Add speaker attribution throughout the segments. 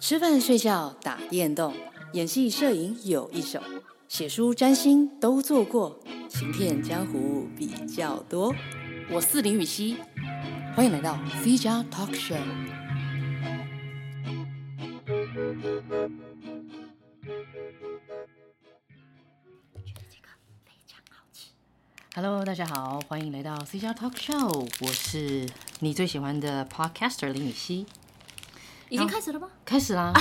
Speaker 1: 吃饭、睡觉、打电动、演戏、摄影有一手，写书、占星都做过，行骗江湖比较多。我是林雨熙，欢迎来到 C 加 Talk Show。Hello，大家好，欢迎来到 C 加 Talk Show，我是你最喜欢的 Podcaster 林雨熙。
Speaker 2: 已经开始了吗？
Speaker 1: 开始啦！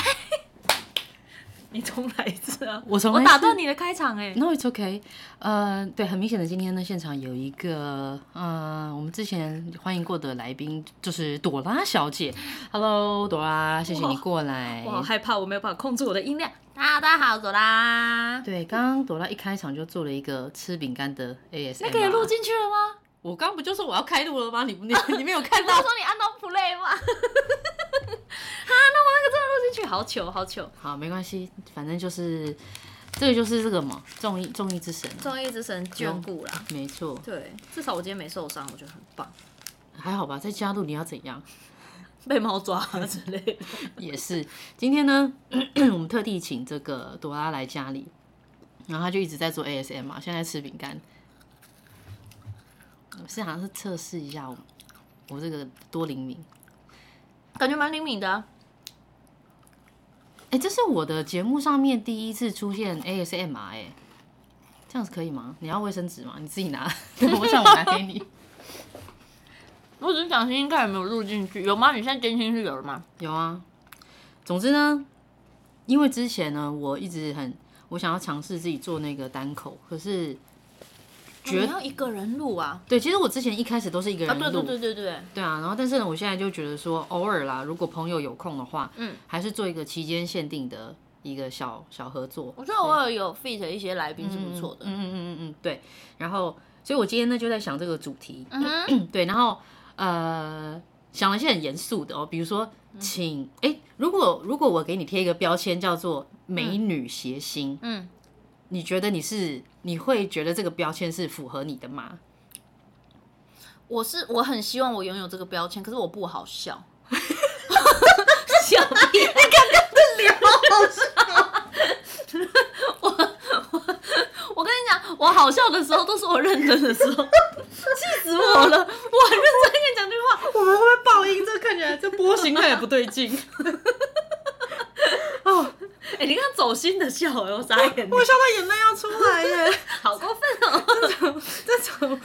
Speaker 2: 你重来一次啊！
Speaker 1: 我从
Speaker 2: 我
Speaker 1: 来
Speaker 2: 打
Speaker 1: 是
Speaker 2: 断你的开场哎、
Speaker 1: No, it's okay. 呃，对，很明显的，今天呢，现场有一个呃，我们之前欢迎过的来宾就是朵拉小姐。Hello，朵拉，谢谢你
Speaker 2: 哇
Speaker 1: 过来
Speaker 2: 我。好害怕，我没有办法控制我的音量。大家好，朵拉。
Speaker 1: 对，刚刚朵拉一开场就做了一个吃饼干的 AS。
Speaker 2: 那个也录？进去了吗？
Speaker 1: 我刚不就说我要开录了吗？你 你你没有看
Speaker 2: 我不
Speaker 1: 到
Speaker 2: 是？说你按到 play 吗？哈，那我那个真的录进去，好糗，好糗。
Speaker 1: 好，没关系，反正就是这个就是这个嘛，众议众议之神。啊
Speaker 2: 综艺之神眷顾啦。
Speaker 1: 没错，
Speaker 2: 对，至少我今天没受伤，我觉得很棒。
Speaker 1: 还好吧，在家录你要怎样？
Speaker 2: 被猫抓之类的，
Speaker 1: 也是，今天呢， 我们特地请这个朵拉来家里，然后她就一直在做 ASM 嘛，现在吃饼干，是好像是测试一下我我这个多灵敏。
Speaker 2: 感觉蛮灵敏的啊、
Speaker 1: 哎、这是我的节目上面第一次出现 ASMR 哎、这样子可以吗？你要卫生纸吗？你自己拿， 我上我拿给你。
Speaker 2: 我只是想应该也没有录进去，有吗？你现在监听是有了吗？
Speaker 1: 有啊，总之呢，因为之前呢，我一直很我想要尝试自己做那个单口，可是
Speaker 2: 你要一个人录啊？
Speaker 1: 对，其实我之前一开始都是一个
Speaker 2: 啊，
Speaker 1: 人录，
Speaker 2: 对对对对对，
Speaker 1: 对啊，然后但是呢，我现在就觉得说，偶尔啦，如果朋友有空的话，
Speaker 2: 嗯，
Speaker 1: 还是做一个期间限定的一个小小合作。
Speaker 2: 我觉得偶尔有 fit 一些来宾是不错的。
Speaker 1: 嗯嗯嗯嗯，对。然后，所以我今天呢就在想这个主题，
Speaker 2: 嗯哼。
Speaker 1: 对，然后呃，想了一些很严肃的哦，比如说，
Speaker 2: 嗯
Speaker 1: 请哎、如果如果我给你贴一个标签叫做美女谐星，
Speaker 2: 嗯，
Speaker 1: 你觉得你是你会觉得这个标签是符合你的吗？
Speaker 2: 我是我很希望我拥有这个标签，可是我不好笑。笑屁！你看 他的脸，好笑。我我我跟你讲，我好笑的时候都是我认真的时候，气死我了！我很认真跟你讲这句话，
Speaker 1: 我们会不会爆音？这看起来这波形看起来不对 劲。
Speaker 2: 哎、你看走心的笑、哎，我傻眼，
Speaker 1: 哦笑到眼泪要出来耶！
Speaker 2: 好过分哦！
Speaker 1: 这种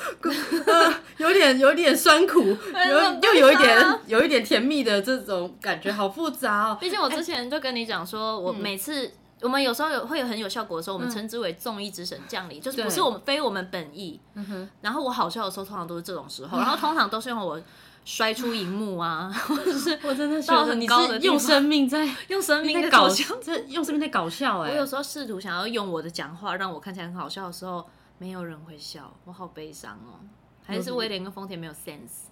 Speaker 1: 呃有点有点酸苦，有又有一点有一点甜蜜的这种感觉，好复杂哦。
Speaker 2: 毕竟我之前就跟你讲说，我每次、我们有时候有会有很有效果的时候，我们称之为众议之神降临，就是不是
Speaker 1: 对
Speaker 2: 我们非我们本意。
Speaker 1: 嗯
Speaker 2: 然后我好笑的时候，通常都是这种时候，然后通常都是用我摔出荧幕 啊，或者是
Speaker 1: 我真的
Speaker 2: 觉得
Speaker 1: 觉得你是用生命在
Speaker 2: 用生命
Speaker 1: 在
Speaker 2: 在
Speaker 1: 搞
Speaker 2: 搞
Speaker 1: 笑欸
Speaker 2: 笑。，
Speaker 1: 这用生命在搞笑哎
Speaker 2: 我。有时候试图想要用我的讲话让我看起来很好笑的时候，没有人会笑，我好悲伤哦。还是威廉跟丰田没有 sense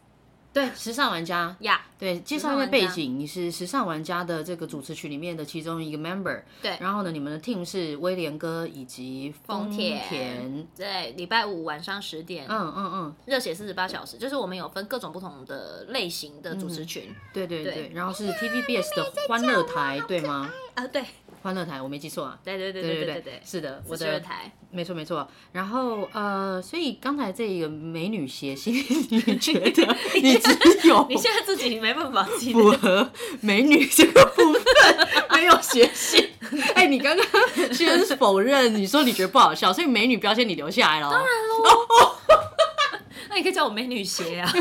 Speaker 1: 对，时尚玩家。
Speaker 2: 呀
Speaker 1: 对，介绍一下背景，你是时尚玩家的这个主持群里面的其中一个 member。
Speaker 2: 对
Speaker 1: 然后呢，你们的 team 是威廉哥以及丰
Speaker 2: 田
Speaker 1: 田。
Speaker 2: 对，礼拜五晚上十点，
Speaker 1: 嗯嗯嗯，
Speaker 2: 热血四十八小时，就是我们有分各种不同的类型的主持群、
Speaker 1: 对对
Speaker 2: 对
Speaker 1: 对。然后是 TVBS 的欢乐台，对吗？
Speaker 2: 啊，对
Speaker 1: 欢乐台，我没记错啊。
Speaker 2: 对对对
Speaker 1: 对
Speaker 2: 对
Speaker 1: 对
Speaker 2: 对对，
Speaker 1: 是的，我
Speaker 2: 我的
Speaker 1: 的
Speaker 2: 台，
Speaker 1: 没错没错。然后呃，所以刚才这个美女谐星，你觉 得你只有
Speaker 2: 你现在自己没办法记
Speaker 1: 符
Speaker 2: 得，
Speaker 1: 合美女这个部分，没有谐 星。哎、你刚刚先否认，你说你觉得不好笑，所以美女标签你留下来了哦。当然
Speaker 2: 那你可以叫我美女鞋 啊，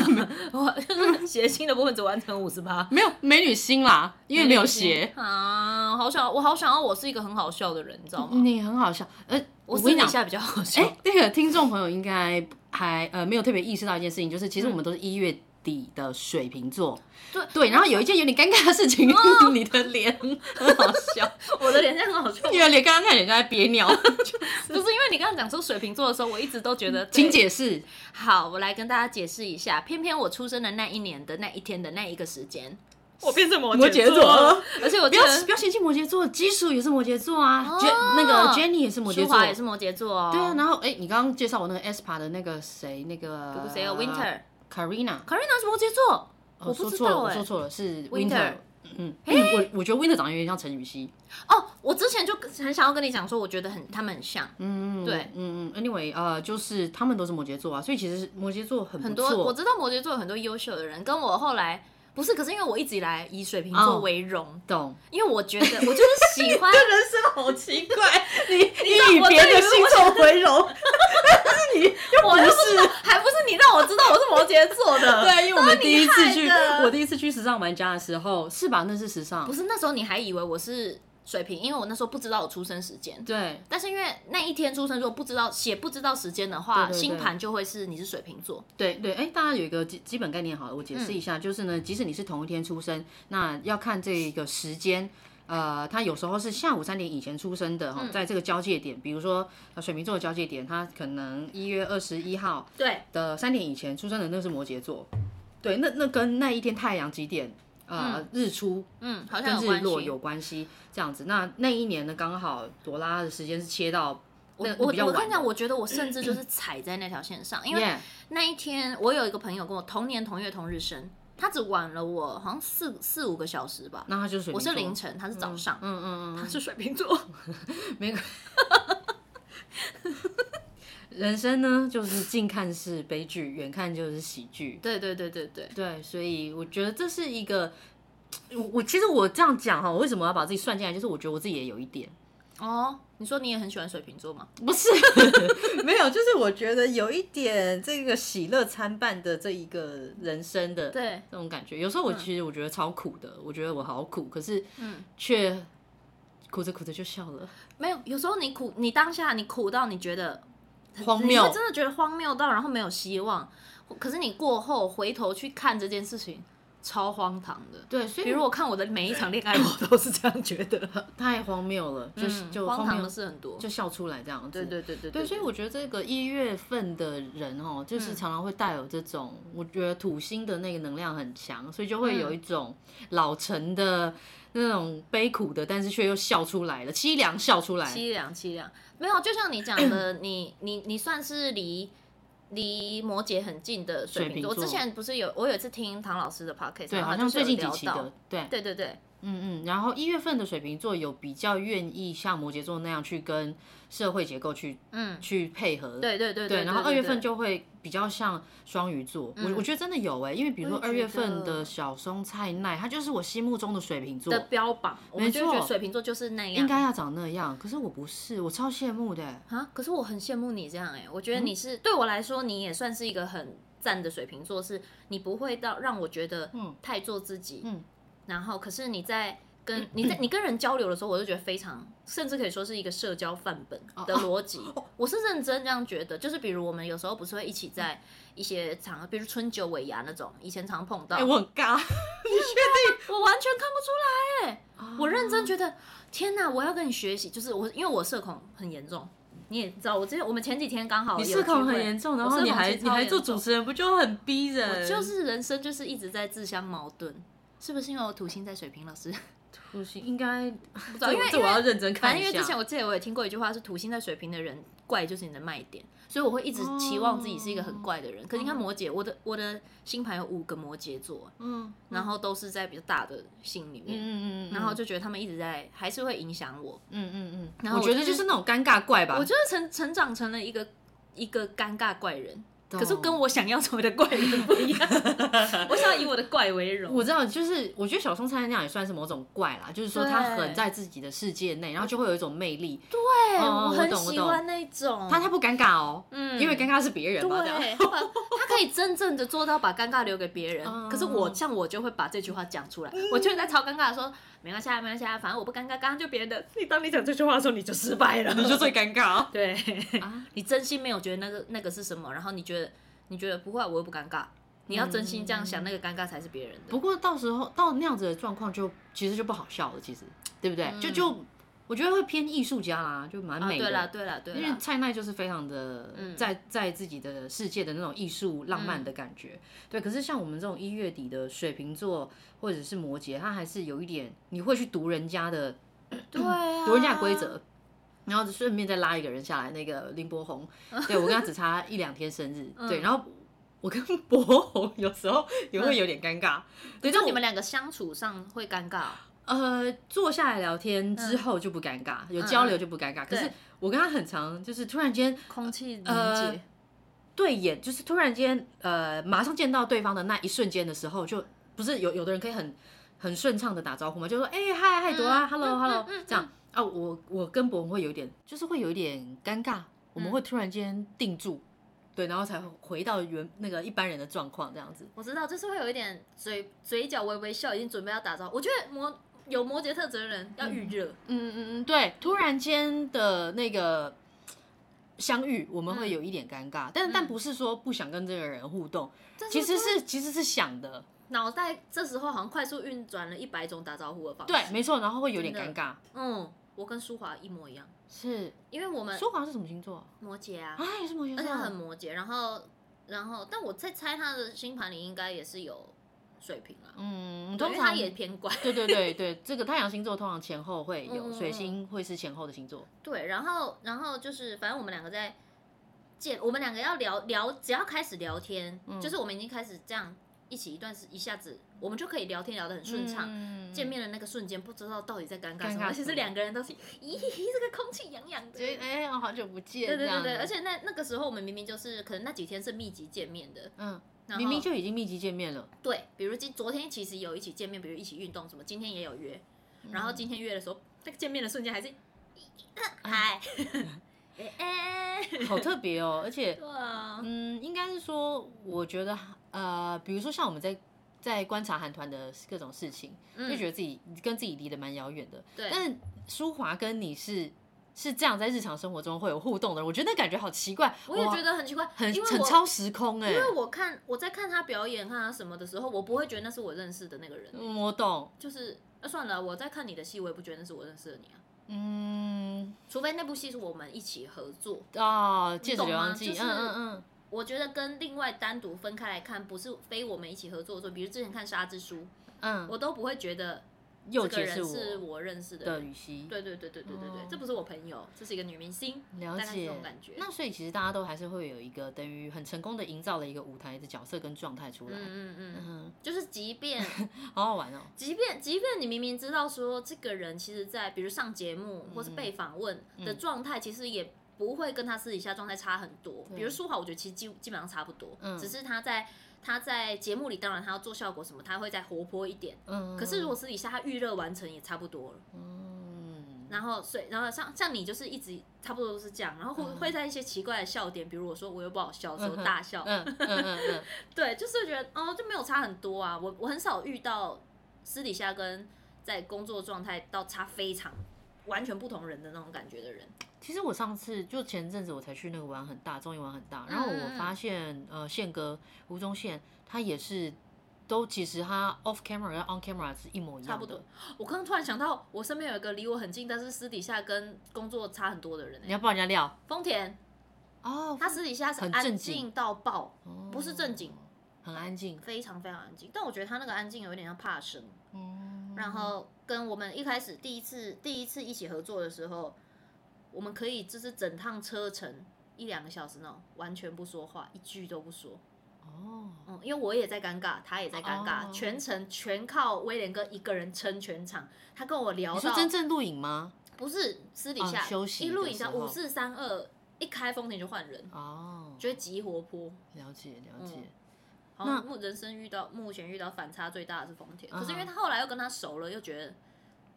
Speaker 2: 我 就是谐星的部分只完成五十八。
Speaker 1: 没有美女星啦，因 为没有谐。
Speaker 2: 啊，好想我好想要我是一个很好笑的人，你知道吗？
Speaker 1: 你很好笑，呃，
Speaker 2: 我
Speaker 1: 嗯
Speaker 2: 私
Speaker 1: 跟你
Speaker 2: 底
Speaker 1: 讲，
Speaker 2: 下比较好笑
Speaker 1: 哎、，那个听众朋友应该还呃没有特别意识到一件事情，就是其实我们都是一月底的水瓶座，
Speaker 2: 对哦
Speaker 1: 对，然后有一件有点尴尬的事情， 你的脸很好笑，
Speaker 2: 我的脸现在很好 笑，
Speaker 1: 你的脸刚刚看起来就在憋尿，
Speaker 2: 不是因为你刚刚讲出水瓶座的时候，我一直都觉得
Speaker 1: 嗯请
Speaker 2: 对
Speaker 1: 解 释。
Speaker 2: 好，我来跟大家解释一下，偏偏我出生的那一年的那一天的那一个时间，我变成摩
Speaker 1: 摩羯座了，
Speaker 2: 而且我
Speaker 1: 不
Speaker 2: 记
Speaker 1: 要
Speaker 2: 得
Speaker 1: 不要嫌弃摩羯座，基础也是摩羯座啊、
Speaker 2: 哦
Speaker 1: j 那个 Jenny 也是摩羯
Speaker 2: 舒
Speaker 1: 座，
Speaker 2: 华也是摩羯座哦。
Speaker 1: 对啊。然后哎、你刚刚介绍我那个 ESPA 的那个谁，那个呃
Speaker 2: 谁有啊 Winter？
Speaker 1: Karina，
Speaker 2: Karina 是摩羯座，
Speaker 1: 啊哦
Speaker 2: 我不
Speaker 1: 说
Speaker 2: 知
Speaker 1: 错了，
Speaker 2: 道
Speaker 1: 我
Speaker 2: 哎、
Speaker 1: 说错了，是
Speaker 2: Winter
Speaker 1: 嗯，我我觉得 Winter 长得有点像陈雨希。
Speaker 2: 哦，我之前就很想要跟你讲说，我觉得很他们很像，嗯，对，
Speaker 1: 嗯嗯，Anyway，呃，就是他们都是摩羯座啊，所以其实摩羯座很不
Speaker 2: 很多
Speaker 1: 错
Speaker 2: 我知道摩羯座有很多优秀的人，跟我后来不是，可是因为我一直以来以水瓶座
Speaker 1: 哦
Speaker 2: 为荣，
Speaker 1: 懂。
Speaker 2: 因为我觉得 我就是 喜欢
Speaker 1: 人生好奇怪， 你
Speaker 2: 道
Speaker 1: 你以
Speaker 2: 我
Speaker 1: 别
Speaker 2: 对
Speaker 1: 的
Speaker 2: 于
Speaker 1: 星座为荣，
Speaker 2: 我又不是， 还不是你让我知道我是摩羯座 的。
Speaker 1: 对，因为我们第一次去
Speaker 2: 都是你害，的
Speaker 1: 我第一次去时尚玩家的时候，是吧？那是时尚
Speaker 2: 不，是那时候你还以为我是水瓶，因为我那时候不知道我出生时间。
Speaker 1: 对，
Speaker 2: 但是因为那一天出生，如果不知道写不知道时间的话，
Speaker 1: 对对对
Speaker 2: 星盘就会是你是水瓶座。
Speaker 1: 对对，哎，大家有一个基基本概念好了，我解释一下，就是呢，即使你是同一天出生，那要看这个时间。呃，他有时候是下午三点以前出生的哈，在这个交界点，比如说呃水瓶座的交界点，他可能一月二十一号
Speaker 2: 对，
Speaker 1: 的三点以前出生的，那是摩羯座。对，那那跟那一天太阳几点，呃，日出
Speaker 2: 嗯，好
Speaker 1: 跟
Speaker 2: 像有
Speaker 1: 日
Speaker 2: 关
Speaker 1: 落
Speaker 2: 系。
Speaker 1: 有关系，这样子。那那一年呢，刚好朵拉的时间是切到
Speaker 2: 我
Speaker 1: 那
Speaker 2: 我
Speaker 1: 比较
Speaker 2: 我跟
Speaker 1: 晚
Speaker 2: 你
Speaker 1: 的
Speaker 2: 讲，我觉得我甚至 就是踩在那条线上，因为
Speaker 1: Yeah，
Speaker 2: 那一天，我有一个朋友跟我同年同月同日生，他只晚了我好像四四五个小时吧。
Speaker 1: 那他就是水
Speaker 2: 我
Speaker 1: 瓶座
Speaker 2: 是凌晨，他是早上，
Speaker 1: 嗯嗯嗯
Speaker 2: 他是水瓶座。
Speaker 1: 嗯，没。人生呢，就是近看是悲剧，远看就是喜剧。
Speaker 2: 对对对对对，
Speaker 1: 对，所以我觉得这是一个，我我其实我这样讲哈，我为什么要把自己算进来？就是我觉得我自己也有一点，
Speaker 2: 哦，你说你也很喜欢水瓶座吗？
Speaker 1: 不是， 没有，就是我觉得有一点这个喜乐参半的这一个人生的
Speaker 2: 对，
Speaker 1: 那种感觉。有时候我其实我觉得超苦的，我觉得我好苦，可是
Speaker 2: 嗯，
Speaker 1: 却苦着苦着就笑了，
Speaker 2: 没有，有时候你苦，你当下你苦到你觉得
Speaker 1: 荒
Speaker 2: 你
Speaker 1: 谬
Speaker 2: 会。真的觉得荒谬到，然后没有希望。可是你过后回头去看这件事情，超荒唐的。
Speaker 1: 对，所
Speaker 2: 比
Speaker 1: 以
Speaker 2: 如我看我的每一场恋爱，我都是这样觉得，
Speaker 1: 太荒谬了，就是、
Speaker 2: 嗯
Speaker 1: 就
Speaker 2: 荒唐
Speaker 1: 谬
Speaker 2: 的，事很多。
Speaker 1: 就笑出来这样子。
Speaker 2: 对对对对嗯
Speaker 1: 对，所以我觉得这个一月份的人哦，就是常常会带有这种，我觉得土星的那个能量很强，所以就会
Speaker 2: 嗯
Speaker 1: 有一种老成的那种悲苦的，但是却又笑出来了，凄凉笑出来。
Speaker 2: 凄凉凄凉，没有，就像你讲的，你你你算是离离摩羯很近的
Speaker 1: 水
Speaker 2: 水瓶
Speaker 1: 瓶
Speaker 2: 座。我
Speaker 1: 座
Speaker 2: 之前不是有我有一次听唐老师的 podcast，
Speaker 1: 对，
Speaker 2: 然
Speaker 1: 好
Speaker 2: 后
Speaker 1: 像
Speaker 2: 他就是
Speaker 1: 最
Speaker 2: 有
Speaker 1: 近几
Speaker 2: 聊
Speaker 1: 期
Speaker 2: 到
Speaker 1: 的，对，
Speaker 2: 对对对，
Speaker 1: 嗯嗯。然后一月份的水瓶座有比较愿意像摩羯座那样去跟社会结构去
Speaker 2: 嗯，
Speaker 1: 去配合，
Speaker 2: 对对对
Speaker 1: 对，然后二
Speaker 2: 对
Speaker 1: 月份
Speaker 2: 对嗯
Speaker 1: 就会比较像双鱼座，我我觉得真的有哎、因为比如说
Speaker 2: 我也
Speaker 1: 二
Speaker 2: 觉
Speaker 1: 月份
Speaker 2: 得
Speaker 1: 的小松菜奈，她就是我心目中的水瓶座，
Speaker 2: 的标榜，我们
Speaker 1: 没
Speaker 2: 就会觉得
Speaker 1: 错
Speaker 2: 水瓶座就是那
Speaker 1: 应
Speaker 2: 样
Speaker 1: 该要长那样，可是我不是，我超羡慕的欸。
Speaker 2: 啊。可是我很羡慕你这样哎、我
Speaker 1: 嗯
Speaker 2: 觉得你是、对我来说，你也算是一个很赞的水瓶座，是你不会到让我觉得太做自己，
Speaker 1: 嗯
Speaker 2: 然后可是你在。 跟你在你跟人交流的时候，我就觉得非常，甚至可以说是一个社交范本
Speaker 1: 哦
Speaker 2: 的逻辑。我是认真这样觉得，就是比如我们有时候不是会一起在一些场合，比如春酒尾牙那种，以前常碰到。
Speaker 1: 哎、我很尬，
Speaker 2: 我完全看不出来哎、
Speaker 1: 啊
Speaker 2: 我认
Speaker 1: 哦
Speaker 2: 真觉得，天哪，我要跟你学习，就是我因为我社恐很严重，你也知道，我之前我们前几天刚好
Speaker 1: 你
Speaker 2: 有
Speaker 1: 社恐
Speaker 2: 聚会
Speaker 1: 很严重，然
Speaker 2: 我
Speaker 1: 后
Speaker 2: 社
Speaker 1: 你
Speaker 2: 恐
Speaker 1: 还
Speaker 2: 其实
Speaker 1: 你
Speaker 2: 超
Speaker 1: 还
Speaker 2: 严
Speaker 1: 做
Speaker 2: 重
Speaker 1: 主持人，不就很逼人？
Speaker 2: 就是人生就是一直在自相矛盾，是不是因为我土星在水瓶老师？
Speaker 1: 不行，应该不知
Speaker 2: 道因为
Speaker 1: 这
Speaker 2: 因
Speaker 1: 我
Speaker 2: 为
Speaker 1: 要认真看
Speaker 2: 反正
Speaker 1: 一
Speaker 2: 因
Speaker 1: 下。
Speaker 2: 为之前我记得我也听过一句话，是土星在水瓶的人怪就是你的卖点，所以我会一直期望自己是一个
Speaker 1: 哦
Speaker 2: 很怪的人。可是你看摩羯，我的我的星盘有五个摩羯座，
Speaker 1: 嗯
Speaker 2: 然后都是在比较大的星里
Speaker 1: 嗯
Speaker 2: 面，
Speaker 1: 嗯嗯，
Speaker 2: 然后就觉得他们一直在还是会影响我。
Speaker 1: 嗯嗯嗯，
Speaker 2: 然后
Speaker 1: 我
Speaker 2: 我
Speaker 1: 觉得
Speaker 2: 就
Speaker 1: 就是
Speaker 2: 是
Speaker 1: 那种尴尬怪吧
Speaker 2: 我。就是成成长成了一个一个尴尬怪人，
Speaker 1: 懂
Speaker 2: 可是跟我想要成为的怪人不 一样。我想要以我的怪为荣。
Speaker 1: 我知道，就是我觉得小松菜那样也算是某种怪啦，就是说他
Speaker 2: 对
Speaker 1: 很在自己的世界内，然后就会有一种魅力。
Speaker 2: 对，
Speaker 1: 哦我
Speaker 2: 很
Speaker 1: 懂我
Speaker 2: 喜
Speaker 1: 懂
Speaker 2: 欢那种。
Speaker 1: 他他不尴尬哦，
Speaker 2: 嗯
Speaker 1: 因为尴尬是别人嘛，这样
Speaker 2: 对，他把他可以真正的做到把尴尬留给别人。
Speaker 1: 嗯
Speaker 2: 可是我像我就会把这句话讲出来，我就会在超尴尬的说没关系啊，没关系啊，反正我不尴尬，刚刚就别人的。你当你讲这句话的时候，你就失败了，
Speaker 1: 你就最尴尬。哦
Speaker 2: 对，你真心没有觉得那个那个是什么，然后你觉得你觉得不会啊，我又不尴尬。你要真心这样想，那个尴尬才是别人的。
Speaker 1: 嗯不过到时候到那样子的状况就，其实就不好笑了，其实对不对？就就我觉得会偏艺术家啦，就蛮
Speaker 2: 嗯啊，
Speaker 1: 美
Speaker 2: 对
Speaker 1: 的。
Speaker 2: 啦，对啦，对
Speaker 1: 因为
Speaker 2: 啦，嗯
Speaker 1: 蔡奈就是非常的在在自己的世界的那种艺术浪漫的感觉，对。可是像我们这种一月底的水瓶座或者是摩羯，他还是有一点你会去读人家的
Speaker 2: 对啊，
Speaker 1: 读人家的规则，然后
Speaker 2: 嗯
Speaker 1: 顺便再拉一个人下来，那个林柏宏，对我跟他只差一两天生日，对，然后我跟 博红有时候也会有点尴尬。对，
Speaker 2: 就
Speaker 1: 但
Speaker 2: 嗯你
Speaker 1: 我
Speaker 2: 们两个相处上会尴尬哦，
Speaker 1: 呃坐下来聊天之后就不尴尬，有交流就不尴尬。可是
Speaker 2: 对
Speaker 1: 我跟他很常就是突然间
Speaker 2: 空气凝
Speaker 1: 呃
Speaker 2: 结，
Speaker 1: 对眼，就是突然间呃马上见到对方的那一瞬间的时候，就不是有有的人可以很很顺畅的打招呼嘛，就说哎嗨嗨朵啊，hello hello 这样啊，我我跟博文会有一点就是会有一点尴尬，我们会突然间定住。对，然后才回到原那个一般人的状况这样子。
Speaker 2: 我知道，就是会有一点嘴嘴角微微笑，已经准备要打招呼。我觉得摩有摩羯特质的人要预热，
Speaker 1: 嗯嗯嗯，对，突然间的那个相遇，我们会
Speaker 2: 嗯
Speaker 1: 有一点尴尬，但但不是说不想跟这个人互动，
Speaker 2: 但
Speaker 1: 其实
Speaker 2: 突然哦
Speaker 1: 是其实是想的，
Speaker 2: 脑袋这时候好像快速运转了一百种打招呼的方式。
Speaker 1: 对，，没错，然后会有点尴
Speaker 2: 真的
Speaker 1: 尬。
Speaker 2: 嗯，我跟舒华一模一样，
Speaker 1: 是，
Speaker 2: 因为我们
Speaker 1: 舒华是什么星座啊？
Speaker 2: 摩羯啊，
Speaker 1: 啊，也是摩羯
Speaker 2: 而且
Speaker 1: 座
Speaker 2: 他
Speaker 1: 啊，
Speaker 2: 很摩羯，然后然后，但我在猜他的星盘里应该也是有水瓶啊，
Speaker 1: 嗯，通
Speaker 2: 对因为
Speaker 1: 常
Speaker 2: 他也偏怪。
Speaker 1: 对对对对，这个太阳星座通常前后会有，
Speaker 2: 嗯
Speaker 1: 水星会是前后的星座。
Speaker 2: 对，然后然后就是，反正我们两个在见，我们两个要聊聊，只要开始聊天，
Speaker 1: 嗯
Speaker 2: 就是我们已经开始这样一起一段时，一下子我们就可以聊天聊得很顺畅。
Speaker 1: 嗯
Speaker 2: 见面的那个瞬间，不知道到底在尴尬什
Speaker 1: 尴尬
Speaker 2: 么，而且
Speaker 1: 什
Speaker 2: 是
Speaker 1: 么
Speaker 2: 两个人都是，咦，这个空气痒痒的。
Speaker 1: 觉得哎，我好久不见，
Speaker 2: 对
Speaker 1: 这
Speaker 2: 对对
Speaker 1: 样
Speaker 2: 对，
Speaker 1: 子
Speaker 2: 而且那那个时候我们明明就是可能那几天是密集见面的，
Speaker 1: 嗯，
Speaker 2: 然
Speaker 1: 明明
Speaker 2: 后
Speaker 1: 就已经密集见面了，
Speaker 2: 对，比如今昨天其实有一起见面，比如一起运动什么，今天也有约，
Speaker 1: 嗯
Speaker 2: 然后今天约的时候，那个见面的瞬 间还是，嗨，哎 哎，
Speaker 1: 好特别哦，而且
Speaker 2: 对啊，
Speaker 1: 嗯，应该是说，我觉得呃，比如说像我们在在观察韩团的各种事情，就觉得自己跟自己离得蛮遥远的。
Speaker 2: 嗯对
Speaker 1: 但舒华跟你是是这样在日常生活中会有互动的，我觉得那感觉好奇怪，
Speaker 2: 我也
Speaker 1: 哇
Speaker 2: 觉得很奇怪，
Speaker 1: 很
Speaker 2: 因为
Speaker 1: 很
Speaker 2: 我
Speaker 1: 超时空哎、
Speaker 2: 因为我看我在看他表演、看他什么的时候，我不会觉得那是我认识的那个人，
Speaker 1: 嗯，我懂，
Speaker 2: 就是那、算了，我在看你的戏，我也不觉得那是我认识的你啊，
Speaker 1: 嗯
Speaker 2: 除非那部戏是我们一起合作。
Speaker 1: 啊，戒指
Speaker 2: 懂
Speaker 1: 流
Speaker 2: 吗
Speaker 1: 浪记，
Speaker 2: 就是
Speaker 1: 嗯嗯
Speaker 2: 我觉得跟另外单独分开来看，不是非我们一起合作的作品，比如之前看《沙之书》，
Speaker 1: 嗯嗯，
Speaker 2: 我都不会觉得
Speaker 1: 又
Speaker 2: 这
Speaker 1: 解
Speaker 2: 个人
Speaker 1: 释
Speaker 2: 是
Speaker 1: 我
Speaker 2: 我认识的
Speaker 1: 的
Speaker 2: 人。
Speaker 1: 语息，
Speaker 2: 对对对对对对对，
Speaker 1: 哦
Speaker 2: 这不是我朋友，这是一个女明星，
Speaker 1: 了
Speaker 2: 大概是
Speaker 1: 解
Speaker 2: 这种感觉。
Speaker 1: 那所以其实大家都还是会有一个等于很成功的营造了一个舞台的角色跟状态出来，
Speaker 2: 嗯嗯
Speaker 1: 嗯
Speaker 2: 嗯，就是 即便
Speaker 1: 嗯，好好玩哦。
Speaker 2: 即便即便你明明知道说这个人其实在比如上节目
Speaker 1: 嗯
Speaker 2: 或是被访问的状态，其实也不会跟他私底下状态差很多。比如舒华，我觉得其实基基本上差不多，
Speaker 1: 嗯
Speaker 2: 只是他在他在节目里，当然他要做效果什么，他会再活泼一点。
Speaker 1: 嗯，
Speaker 2: 可是如果私底下他预热完成也差不多了，
Speaker 1: 嗯，
Speaker 2: 然后所以然后像像你就是一直差不多都是这样，然后会会在一些奇怪的笑点，比如我说我又不好笑的时候大笑，
Speaker 1: 嗯嗯嗯嗯嗯，
Speaker 2: 对，就是觉得哦，就没有差很多啊。我我很少遇到私底下跟在工作状态到差非常完全不同人的那种感觉的人。
Speaker 1: 其实我上次就前阵子我才去那个玩很大，综艺玩很大，然后
Speaker 2: 嗯嗯
Speaker 1: 我
Speaker 2: 嗯
Speaker 1: 发现呃宪哥吴宗宪他也是都其实他 off camera 跟 on camera 是一模一样的，
Speaker 2: 差不多我刚刚突然想到，我身边有一个离我很近，但是私底下跟工作差很多的人、
Speaker 1: 你
Speaker 2: 欸，
Speaker 1: 要帮人家料
Speaker 2: 丰田，
Speaker 1: 哦，
Speaker 2: 他私底下是
Speaker 1: 很
Speaker 2: 安
Speaker 1: 正经
Speaker 2: 静到爆，
Speaker 1: 哦
Speaker 2: 不是正经，
Speaker 1: 很安静，
Speaker 2: 非常非常安静。但我觉得他那个安静有点像怕生，
Speaker 1: 嗯，
Speaker 2: 然后跟我们一开始第一次第一次一起合作的时候，我们可以就是整趟车程一两个小时那种，完全不说话，一句都不说。
Speaker 1: 哦，
Speaker 2: 嗯，因为我也在尴尬，他也在尴尬，
Speaker 1: 哦
Speaker 2: 全程全靠威廉哥一个人撑全场。他跟我聊
Speaker 1: 你
Speaker 2: 到
Speaker 1: 说真正录影吗？
Speaker 2: 不是私底
Speaker 1: 哦
Speaker 2: 下、
Speaker 1: 休息
Speaker 2: 一录
Speaker 1: 的
Speaker 2: 影下
Speaker 1: 时候
Speaker 2: 五四三二一开风景就换人，
Speaker 1: 哦，
Speaker 2: 觉得极活泼。
Speaker 1: 了解了解，
Speaker 2: 好
Speaker 1: 那
Speaker 2: 像目人生遇到目前遇到反差最大的是丰田，可是因为
Speaker 1: 嗯
Speaker 2: 他后来又跟他熟了，又觉得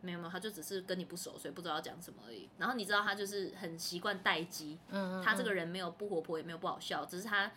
Speaker 2: 没有没有，他就只是跟你不熟，所以不知道要讲什么而已。然后你知道他就是很习惯待机，
Speaker 1: 嗯，嗯
Speaker 2: 他这
Speaker 1: 嗯
Speaker 2: 个人没有不活泼，也没有不好笑，只是他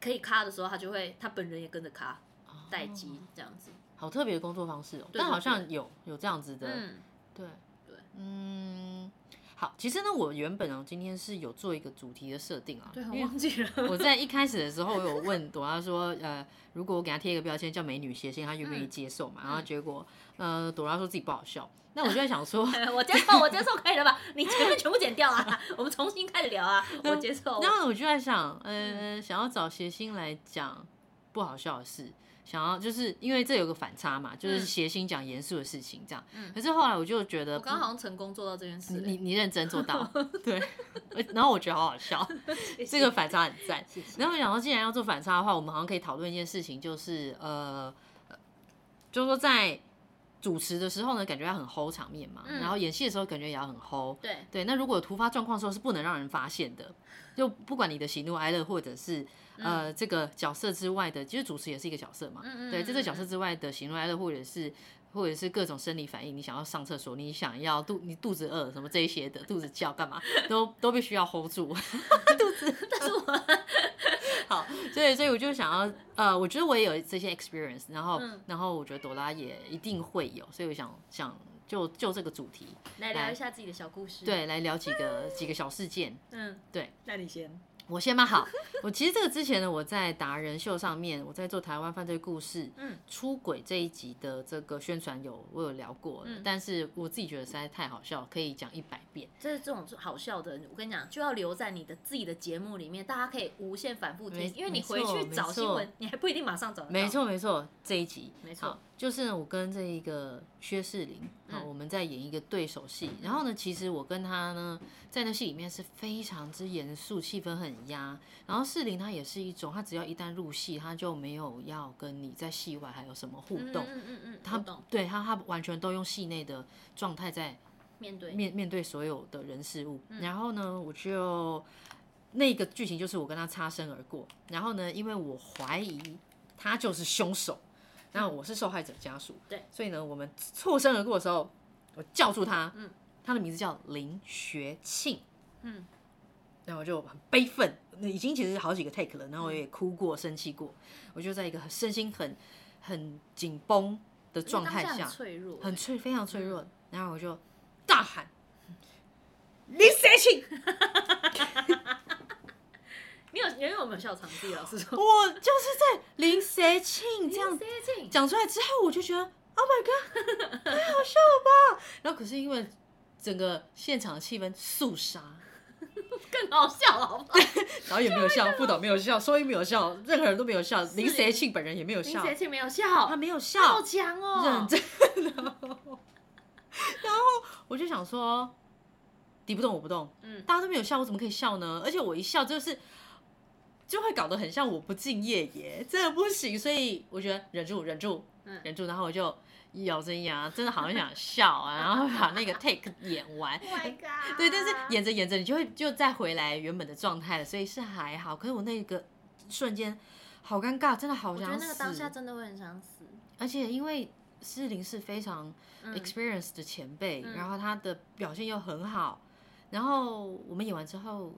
Speaker 2: 可以咖的时候，他就会他本人也跟着咖
Speaker 1: 哦
Speaker 2: 待机这样子。
Speaker 1: 好特别的工作方式哦，
Speaker 2: 对
Speaker 1: 但
Speaker 2: 对
Speaker 1: 好
Speaker 2: 对
Speaker 1: 像有有这样子的，
Speaker 2: 嗯，
Speaker 1: 对
Speaker 2: 对，
Speaker 1: 嗯，好，其实呢，我原本哦，今天是有做一个主题的设定啊，
Speaker 2: 对，
Speaker 1: 因
Speaker 2: 我
Speaker 1: 为
Speaker 2: 忘记了。。
Speaker 1: 我在一开始的时候，我有问朵拉说，呃，如果我给她贴一个标签叫美女谐星，她愿不愿意接受嘛？然后结果，呃，朵拉说自己不好笑，那我就在想说
Speaker 2: 我接受，我接受可以了吧？你前面全部剪掉啊，我们重新开始聊啊。我接受。嗯
Speaker 1: 然后我就在想，呃，想要找谐星来讲不好笑的事，想要就是因为这有个反差嘛，就是谐星讲严肃的事情这样。可是后来我就觉得嗯
Speaker 2: 嗯我刚刚好像成功做到这件事、
Speaker 1: 你你认真做 到，对。 然后我觉得好好笑，欸这个反差很赞。然后我想到，既然要做反差的话，我们好像可以讨论一件事情，就是呃，呃就是说在主持的时候呢，感觉要很 hold 场面嘛，然后演戏的时候感觉也要很 hold。
Speaker 2: 对
Speaker 1: 对，那如果有突发状况的时候是不能让人发现的，就不管你的喜怒哀乐，或者是呃这个角色之外的，其实主持也是一个角色嘛。
Speaker 2: 嗯嗯
Speaker 1: 对，
Speaker 2: 嗯
Speaker 1: 在这个角
Speaker 2: 嗯
Speaker 1: 色之外的喜怒哀乐，或者是或者是各种生理反应，你想要上厕所，你想要肚你肚子饿什么这一些的，肚子叫干嘛，都都必须要 hold 住。
Speaker 2: 但是我
Speaker 1: 好，所以所以我就想要，呃，我觉得我也有这些 experience，然后、
Speaker 2: 嗯
Speaker 1: 然后我觉得朵拉也一定会有，所以我想想就就这个主题，
Speaker 2: 嗯来聊一下自己的小故事。，
Speaker 1: 对，来聊几个几个小事件。
Speaker 2: 嗯，
Speaker 1: 对，
Speaker 2: 那你先。
Speaker 1: 我先吧，好，我其实这个之前呢，我在达人秀上面，我在做台湾犯罪故事，
Speaker 2: 嗯，
Speaker 1: 出轨这一集的这个宣传有我有聊过，
Speaker 2: 嗯
Speaker 1: 但是我自己觉得实在太好笑，可以讲一百遍。
Speaker 2: 这这种好笑的，我跟你讲，就要留在你的自己的节目里面，大家可以无限反复
Speaker 1: 没
Speaker 2: 听，因为你
Speaker 1: 没错
Speaker 2: 回去找
Speaker 1: 没错
Speaker 2: 新闻，你还不一定马上找得到。
Speaker 1: 没，错没错，这一集
Speaker 2: 没错
Speaker 1: 好就是呢我跟这一个薛世林，好、
Speaker 2: 嗯
Speaker 1: 我们在演一个对手戏，然后呢，其实我跟他呢在那戏里面是非常之严肃，气氛很压。然后世林他也是一种，他只要一旦入戏，他就没有要跟你在戏外还有什么互
Speaker 2: 嗯
Speaker 1: 动，
Speaker 2: 嗯嗯嗯，
Speaker 1: 他
Speaker 2: 他懂，
Speaker 1: 对他他完全都用戏内的状态在
Speaker 2: 面对，嗯
Speaker 1: 面面对所有的人事物。然后呢，我就那个剧情就是我跟他擦身而过。然后呢，因为我怀疑他就是凶手，那我是受害者家属，
Speaker 2: 嗯对，
Speaker 1: 所以呢，我们错身而过的时候，我叫住他，嗯，他的名字叫林学庆，
Speaker 2: 嗯，
Speaker 1: 然后我就很悲愤，那已经其实好几个 take 了，然后我也哭过、生气过，我就在一个很身心很很紧绷的状态
Speaker 2: 因为当
Speaker 1: 下，
Speaker 2: 很脆弱，欸
Speaker 1: 很脆，非常脆弱。然后我就大喊：“ 林谁庆！”
Speaker 2: 你有你有没有笑场？自己老师说，
Speaker 1: 我就是在林谁庆这样
Speaker 2: 接近，
Speaker 1: 讲出来之后，我就觉得 Oh my god，太 好笑了吧！然后可是因为整个现场的气氛肃杀，
Speaker 2: 更好笑了，好不好？
Speaker 1: 导演没有笑，副导没有笑，收音没有笑，任何人都没有笑，林谁庆本人也没有
Speaker 2: 林
Speaker 1: 笑，
Speaker 2: 接近没有笑，
Speaker 1: 他没有笑，
Speaker 2: 好强哦，
Speaker 1: 认真。 然后我就想说，敌不动我不动，
Speaker 2: 嗯
Speaker 1: 大家都没有笑，我怎么可以笑呢？而且我一笑就是就会搞得很像我不敬业耶，真的不行。所以我觉得忍住，忍住，
Speaker 2: 嗯
Speaker 1: 忍住，然后我就咬着牙，真的好像想笑啊，然后把那个 take 演完。
Speaker 2: ，Oh my god，
Speaker 1: 对，但是演着演着，你就会就再回来原本的状态了，所以是还好。可是我那个瞬间好尴尬，真的好
Speaker 2: 我觉
Speaker 1: 想死。
Speaker 2: 得那个当下真的会很想死，
Speaker 1: 而且因为诗林是非常
Speaker 2: 嗯
Speaker 1: experience 的前辈，
Speaker 2: 嗯
Speaker 1: 然后他的表现又很好，然后我们演完之后，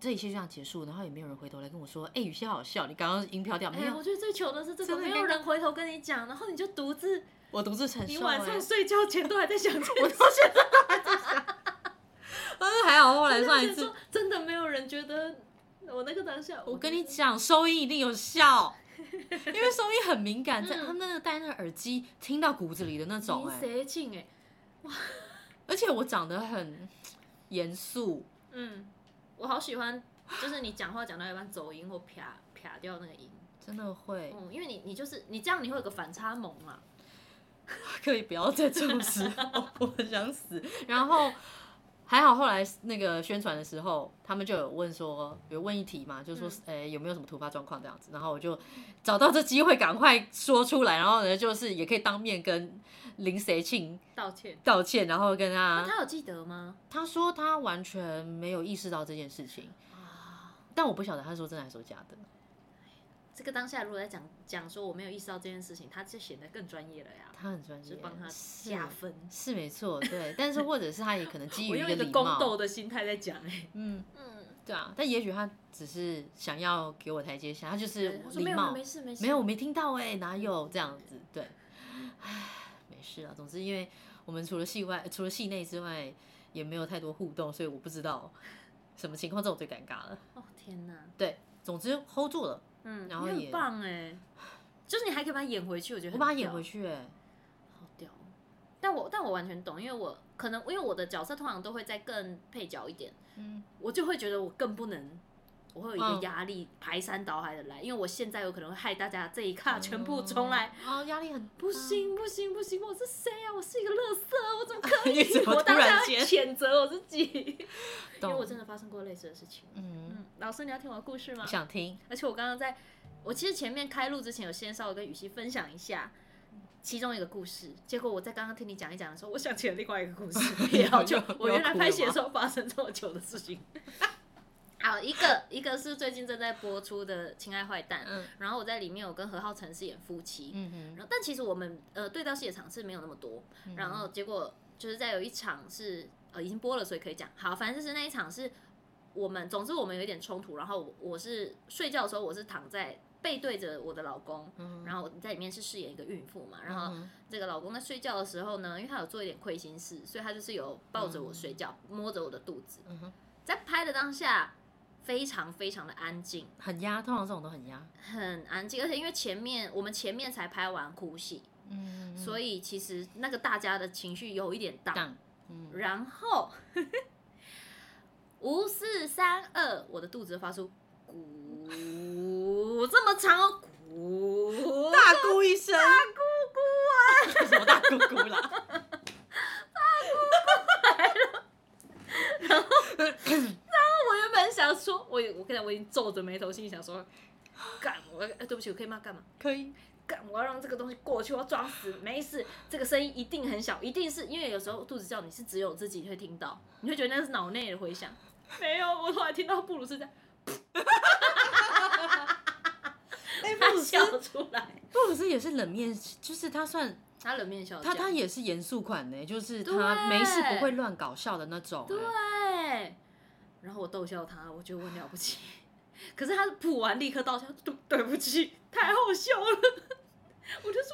Speaker 1: 这一切就这样结束，然后也没有人回头来跟我说，哎、雨欣好笑，你刚刚音飘掉没
Speaker 2: 哎，
Speaker 1: 有？
Speaker 2: 我觉得最糗的是这个，
Speaker 1: 真的
Speaker 2: 没有人回头跟你讲，然后你就独自，
Speaker 1: 我独自承
Speaker 2: 你
Speaker 1: 受、
Speaker 2: 晚
Speaker 1: 哎
Speaker 2: 上睡觉前都还在想这个事。
Speaker 1: 但是嗯还好后来
Speaker 2: 我
Speaker 1: 上一
Speaker 2: 就觉得
Speaker 1: 次
Speaker 2: 说，真的没有人觉得我那个当下，
Speaker 1: 我跟你
Speaker 2: 就是
Speaker 1: 讲，收音一定有 效。因为收音很敏感，在
Speaker 2: 嗯
Speaker 1: 他们那个戴那个耳机，听到骨子里的那种、
Speaker 2: 林
Speaker 1: 哎，
Speaker 2: 谁庆哎，
Speaker 1: 而且我长得很严肃，
Speaker 2: 嗯，我好喜欢，就是你讲话讲到一半走音或啪啪掉那个音，
Speaker 1: 真的会。
Speaker 2: 嗯，因为你你就是你这样你会有个反差萌嘛，
Speaker 1: 可以不要在这种时候，我想死。然后还好，后来那个宣传的时候，他们就有问说，有问一题嘛，就说，
Speaker 2: 嗯
Speaker 1: 呃、有没有什么突发状况这样子。然后我就找到这机会，赶快说出来。然后呢，就是也可以当面跟林谁庆
Speaker 2: 道歉。
Speaker 1: 道歉，然后跟
Speaker 2: 那
Speaker 1: 他，
Speaker 2: 他有记得吗？
Speaker 1: 他说他完全没有意识到这件事情，
Speaker 2: 啊，
Speaker 1: 但我不晓得他是说真的还是说假的。
Speaker 2: 这个当下如果在讲讲说我没有意识到这件事情，他就显得更专业了呀，
Speaker 1: 他很专业，
Speaker 2: 是帮他
Speaker 1: 是
Speaker 2: 加分。
Speaker 1: 是没错，对。但是或者是他也可能基
Speaker 2: 我
Speaker 1: 于一
Speaker 2: 用
Speaker 1: 个
Speaker 2: 一个
Speaker 1: 礼
Speaker 2: 宫
Speaker 1: 貌，
Speaker 2: 斗的心态在讲哎，
Speaker 1: 嗯。
Speaker 2: 嗯，
Speaker 1: 对啊，但也许他只是想要给我台阶下，他就是
Speaker 2: 对他说没
Speaker 1: 礼
Speaker 2: 有
Speaker 1: 貌，
Speaker 2: 没事没事，
Speaker 1: 没有我没听到哎、哪有这样子？对，唉，没事啊。总之，因为我们除了戏外，除了戏内之外，也没有太多互动，所以我不知道什么情况，这我最尴尬了。
Speaker 2: 哦天哪，
Speaker 1: 对，总之 hold 住了，
Speaker 2: 嗯，
Speaker 1: 然后
Speaker 2: 你很
Speaker 1: 也
Speaker 2: 棒哎，就是你还可以把它演回去，我觉得
Speaker 1: 我
Speaker 2: 很
Speaker 1: 把它演
Speaker 2: 屌
Speaker 1: 回去哎、
Speaker 2: 好屌哦！但我但我完全懂，因为我可 能因为我的角色通常都会再更配角一点，
Speaker 1: 嗯，
Speaker 2: 我就会觉得我更不能我会有一个压力，排山倒海的来，因为我现在有可能会害大家这
Speaker 1: 哦
Speaker 2: 一卡全部重来。
Speaker 1: 啊，压力很
Speaker 2: 不行不行不行！我是谁啊？我是一个垃圾，我怎么 可
Speaker 1: 你怎
Speaker 2: 以？
Speaker 1: 么
Speaker 2: 我当
Speaker 1: 突然
Speaker 2: 下
Speaker 1: 间
Speaker 2: 谴责我自己，因为我
Speaker 1: 懂
Speaker 2: 真的发生过类似的事情。嗯嗯，老师，你要听我的故事吗？
Speaker 1: 想听，
Speaker 2: 而且我刚刚在，我其实前面开录之前有先稍微跟雨熙分享一下其中一个故事，结果我在刚刚听你讲一讲的时候，我想起了另外一个 故事，也好久
Speaker 1: 又又，
Speaker 2: 我原来
Speaker 1: 哭了
Speaker 2: 拍戏的
Speaker 1: 吗
Speaker 2: 时候发生这么久的事情。 好，一个一个是最近正在播出的《亲爱坏蛋》，
Speaker 1: 嗯
Speaker 2: 然后我在里面有跟何浩晨饰演夫妻，
Speaker 1: 嗯哼，
Speaker 2: 然后但其实我们呃对到戏的场次没有那么多，然后结果就是在有一场是呃已经播了，所以可以讲。好，反正就是那一场是我们，总之我们有一点冲突，然后我我是睡觉的时候我是躺在背对着我的老公，然后我在里面是饰演一个孕妇嘛，然后这个老公在睡觉的时候呢，因为他有做一点亏心事，所以他就是有抱着我睡觉，摸着我的肚子，
Speaker 1: 哼
Speaker 2: 在拍的当下非常非常的安静。
Speaker 1: 很压，通常这种都很压，
Speaker 2: 很安静，而且因为前面我们前面才拍完哭戏，
Speaker 1: 嗯，
Speaker 2: 所以其实那个大家的情绪有一点荡。嗯
Speaker 1: 当，
Speaker 2: 然后 五四三二，我的肚子发出咕这么长哦，咕
Speaker 1: 大姑一声，大姑姑啊，什么大姑姑啦？
Speaker 2: 啊
Speaker 1: 大姑姑来了，然后。
Speaker 2: 我原本想说，我也我跟你讲，我已经皱着眉头，心里想说，干我要，哎，对不起，我可以骂干嘛？
Speaker 1: 可以，
Speaker 2: 干！我要让这个东西过去，我要装死，没事。这个声音一定很小，一定是因为有时候肚子叫你是只有自己会听到，你会觉得那是脑内的回响。没有，我突然听到布鲁斯在
Speaker 1: 哎，布
Speaker 2: 他
Speaker 1: 鲁斯，
Speaker 2: 笑出来，
Speaker 1: 布鲁斯也是冷面，就是他算
Speaker 2: 他冷面笑
Speaker 1: 他
Speaker 2: 匠
Speaker 1: 他也是严肃款呢、就是
Speaker 2: 对
Speaker 1: 他没事不会乱搞笑的那种、欸。
Speaker 2: 对，啊然后我逗笑他，我觉得我很了不起。 可是他补完立刻道歉，对对不起， 太好笑了。 我就说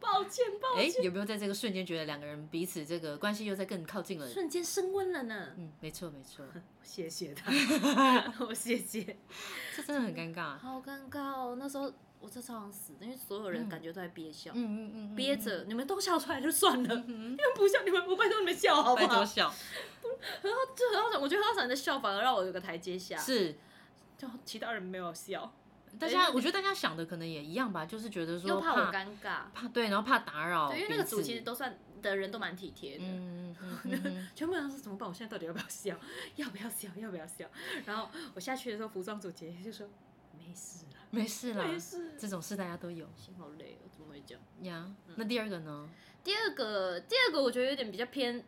Speaker 2: 抱歉，抱
Speaker 1: 哎、
Speaker 2: 歉，
Speaker 1: 有没有在这个瞬间觉得两个人彼此这个关系又在更靠近了？
Speaker 2: 瞬间升温了呢。
Speaker 1: 嗯，没错没错，
Speaker 2: 谢谢 他，我谢谢。
Speaker 1: 这真的很尴 尬。
Speaker 2: 好尴尬哦，那时候我真的超想死的，因为所有
Speaker 1: 嗯
Speaker 2: 人感觉都在憋笑，
Speaker 1: 嗯嗯嗯，嗯
Speaker 2: 憋，着，你们都笑出来就算了，
Speaker 1: 嗯
Speaker 2: 你们不笑，你们我拜托你们笑好不
Speaker 1: 拜
Speaker 2: 好
Speaker 1: 托？笑，
Speaker 2: 就何浩晨，我觉得何浩晨的笑反而让我有个台阶下，
Speaker 1: 是
Speaker 2: 就其他人没有笑，
Speaker 1: 大
Speaker 2: 哎
Speaker 1: 家，
Speaker 2: 那
Speaker 1: 我觉得大家想的可能也一样吧，就是觉得
Speaker 2: 又
Speaker 1: 说
Speaker 2: 怕我
Speaker 1: 怕
Speaker 2: 尴尬。
Speaker 1: 怕对，然后怕打扰彼
Speaker 2: 对，
Speaker 1: 此，
Speaker 2: 因为那个组其实都算的人都蛮体贴的，
Speaker 1: 嗯。嗯嗯嗯 嗯
Speaker 2: 全部人说怎么办？我现在到底要不要笑？要不要笑？要不要笑？然后我下去的时候，服装组姐姐就说没事啦，
Speaker 1: 没事啦，
Speaker 2: 没事，
Speaker 1: 这种事大家都有
Speaker 2: 心好累哦，怎么会这样？
Speaker 1: 呀。
Speaker 2: 嗯
Speaker 1: 那第二个呢？
Speaker 2: 第二个，第二个我觉得有点比较偏，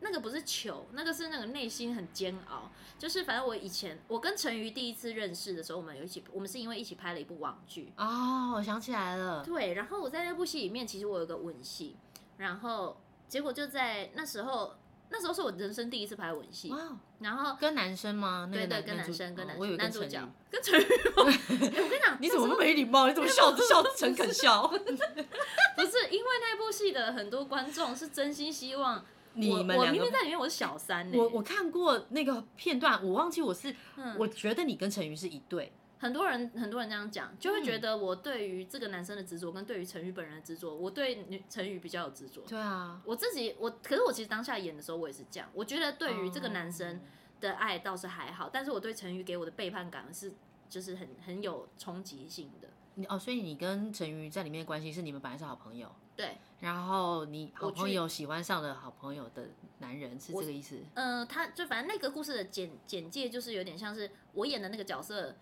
Speaker 2: 那个不是糗，那个是那个内心很煎熬。就是反正我以前我跟陈瑜第一次认识的时候，我们有一起，我们是因为一起拍了一部网剧，
Speaker 1: 哦，我想起来了，
Speaker 2: 对，然后我在那部戏里面，其实我有个吻戏，然后结果就在那时候，那时候是我人生第一次拍吻戏
Speaker 1: 哇，哦，
Speaker 2: 然后
Speaker 1: 跟男生吗？那个
Speaker 2: 对对，
Speaker 1: 男
Speaker 2: 跟男
Speaker 1: 主
Speaker 2: 生跟男
Speaker 1: 哦我以为
Speaker 2: 男
Speaker 1: 跟
Speaker 2: 主
Speaker 1: 陈
Speaker 2: 角
Speaker 1: 宇
Speaker 2: 跟陈宇 吗，哎我跟你讲，
Speaker 1: 你怎么那么没礼貌？你怎么 笑着笑着诚恳笑？
Speaker 2: 不是因为那部戏的很多观众是真心希望
Speaker 1: 你
Speaker 2: 我
Speaker 1: 们
Speaker 2: 我
Speaker 1: 两
Speaker 2: 明
Speaker 1: 个
Speaker 2: 明在里面我是小三呢、
Speaker 1: 我我看过那个片段，我忘记我是，
Speaker 2: 嗯
Speaker 1: 我觉得你跟陈宇是一对，
Speaker 2: 很多人很多人这样讲，就会
Speaker 1: 嗯
Speaker 2: 觉得我对于这个男生的执着跟对于陈宇本人的执着，我对女陈宇比较有执着。
Speaker 1: 对啊，
Speaker 2: 我自己我可是我其实当下演的时候我也是这样，我觉得对于这
Speaker 1: 哦
Speaker 2: 个男生。的爱倒是还好，但是我对陈宇给我的背叛感是就是很很有冲击性的。
Speaker 1: 你哦，所以你跟陈宇在里面的关系是你们本来是好朋友，
Speaker 2: 对，
Speaker 1: 然后你好
Speaker 2: 我去
Speaker 1: 朋友喜欢上了好朋友的男人，是这个意思？
Speaker 2: 嗯、他就反正那个故事的简简介就是有点像是我演的那个角色，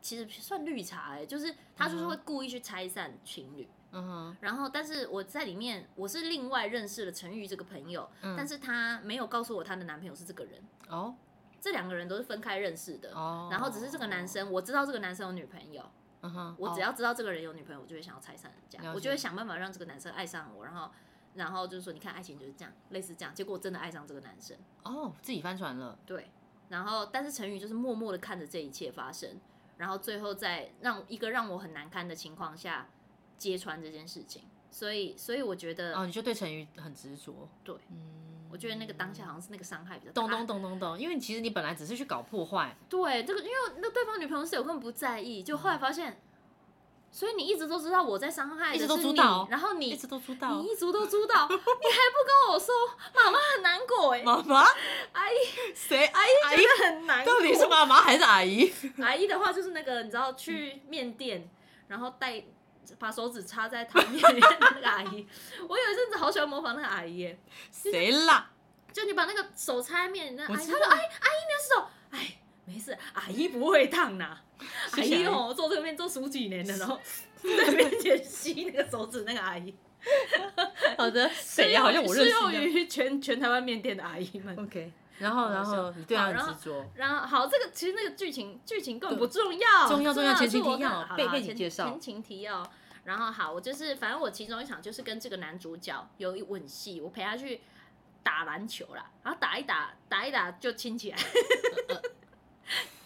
Speaker 2: 其实算绿茶哎、就是他就是会故意去拆散情侣。
Speaker 1: 嗯哼，
Speaker 2: 然后，但是我在里面，我是另外认识了陈宇这个朋友，
Speaker 1: 嗯
Speaker 2: 但是他没有告诉我她的男朋友是这个人，
Speaker 1: 哦
Speaker 2: 这两个人都是分开认识的。
Speaker 1: 哦，
Speaker 2: 然后只是这个男，生，我知道这个男生有女朋友，
Speaker 1: 嗯哼，
Speaker 2: 我只
Speaker 1: 哦
Speaker 2: 要知道这个人有女朋友，我就会想要拆散人
Speaker 1: 了
Speaker 2: 家，
Speaker 1: 解
Speaker 2: 我就会想办法让这个男生爱上我，然后，然后就是说，你看爱情就是这样，类似这样，结果我真的爱上这个男生，
Speaker 1: 哦自己翻船了，
Speaker 2: 对，然后但是陈宇就是默默的看着这一切发生，然后最后在让一个让我很难堪的情况下揭穿这件事情，所以，所以我觉得，
Speaker 1: 哦，你就对陈宇很执着，
Speaker 2: 对
Speaker 1: 嗯，
Speaker 2: 我觉得那个当下好像是那个伤害比较大，
Speaker 1: 懂懂懂懂懂，因为其实你本来只是去搞破坏，
Speaker 2: 对，这个因为那对方女朋友是有根本不在意，就后来发现，所以你一直都知道我在伤害的
Speaker 1: 嗯一直
Speaker 2: 是
Speaker 1: 都
Speaker 2: 你，
Speaker 1: 知道
Speaker 2: 然后你
Speaker 1: 一直都知道
Speaker 2: 你。一直都 知道，你还不跟我说，妈妈很难过哎，
Speaker 1: 妈妈，
Speaker 2: 阿姨
Speaker 1: 谁？阿
Speaker 2: 阿
Speaker 1: 姨，
Speaker 2: 姨很难过。
Speaker 1: 到底是妈妈还是阿姨？
Speaker 2: 阿姨的话就是那个你知道去面店，然后带把手指插在汤面里面的那个阿 姨，我有一阵子好喜欢模仿那个阿姨耶，
Speaker 1: 谁啦？
Speaker 2: 就你把那个手插在面，那
Speaker 1: 我
Speaker 2: 阿姨
Speaker 1: 知
Speaker 2: 她
Speaker 1: 道
Speaker 2: 说阿姨阿姨你的手，哎没事，阿姨不会烫呐、阿
Speaker 1: 谢谢
Speaker 2: 姨
Speaker 1: 阿姨
Speaker 2: 哦做这个面做十几年 了，然后在面前吸那个手指那个阿姨，
Speaker 1: 好 的，谁呀？
Speaker 2: 适
Speaker 1: 好像
Speaker 2: 用
Speaker 1: 我认识
Speaker 2: 适
Speaker 1: 一
Speaker 2: 用
Speaker 1: 样。
Speaker 2: 于全全台湾面店的阿姨们。
Speaker 1: OK，然后然后你对他
Speaker 2: 好然后
Speaker 1: 很执着。
Speaker 2: 然后好，这个其实那个剧情剧情根本不重要，
Speaker 1: 重要重要
Speaker 2: 的
Speaker 1: 前情
Speaker 2: 是我
Speaker 1: 提要
Speaker 2: 看好
Speaker 1: 背
Speaker 2: 啦
Speaker 1: 背景
Speaker 2: 前
Speaker 1: 介绍
Speaker 2: 前情提要。然后好，我就是反正我其中一场就是跟这个男主角有一吻戏，我陪他去打篮球啦，然后打一打打一打就亲起来。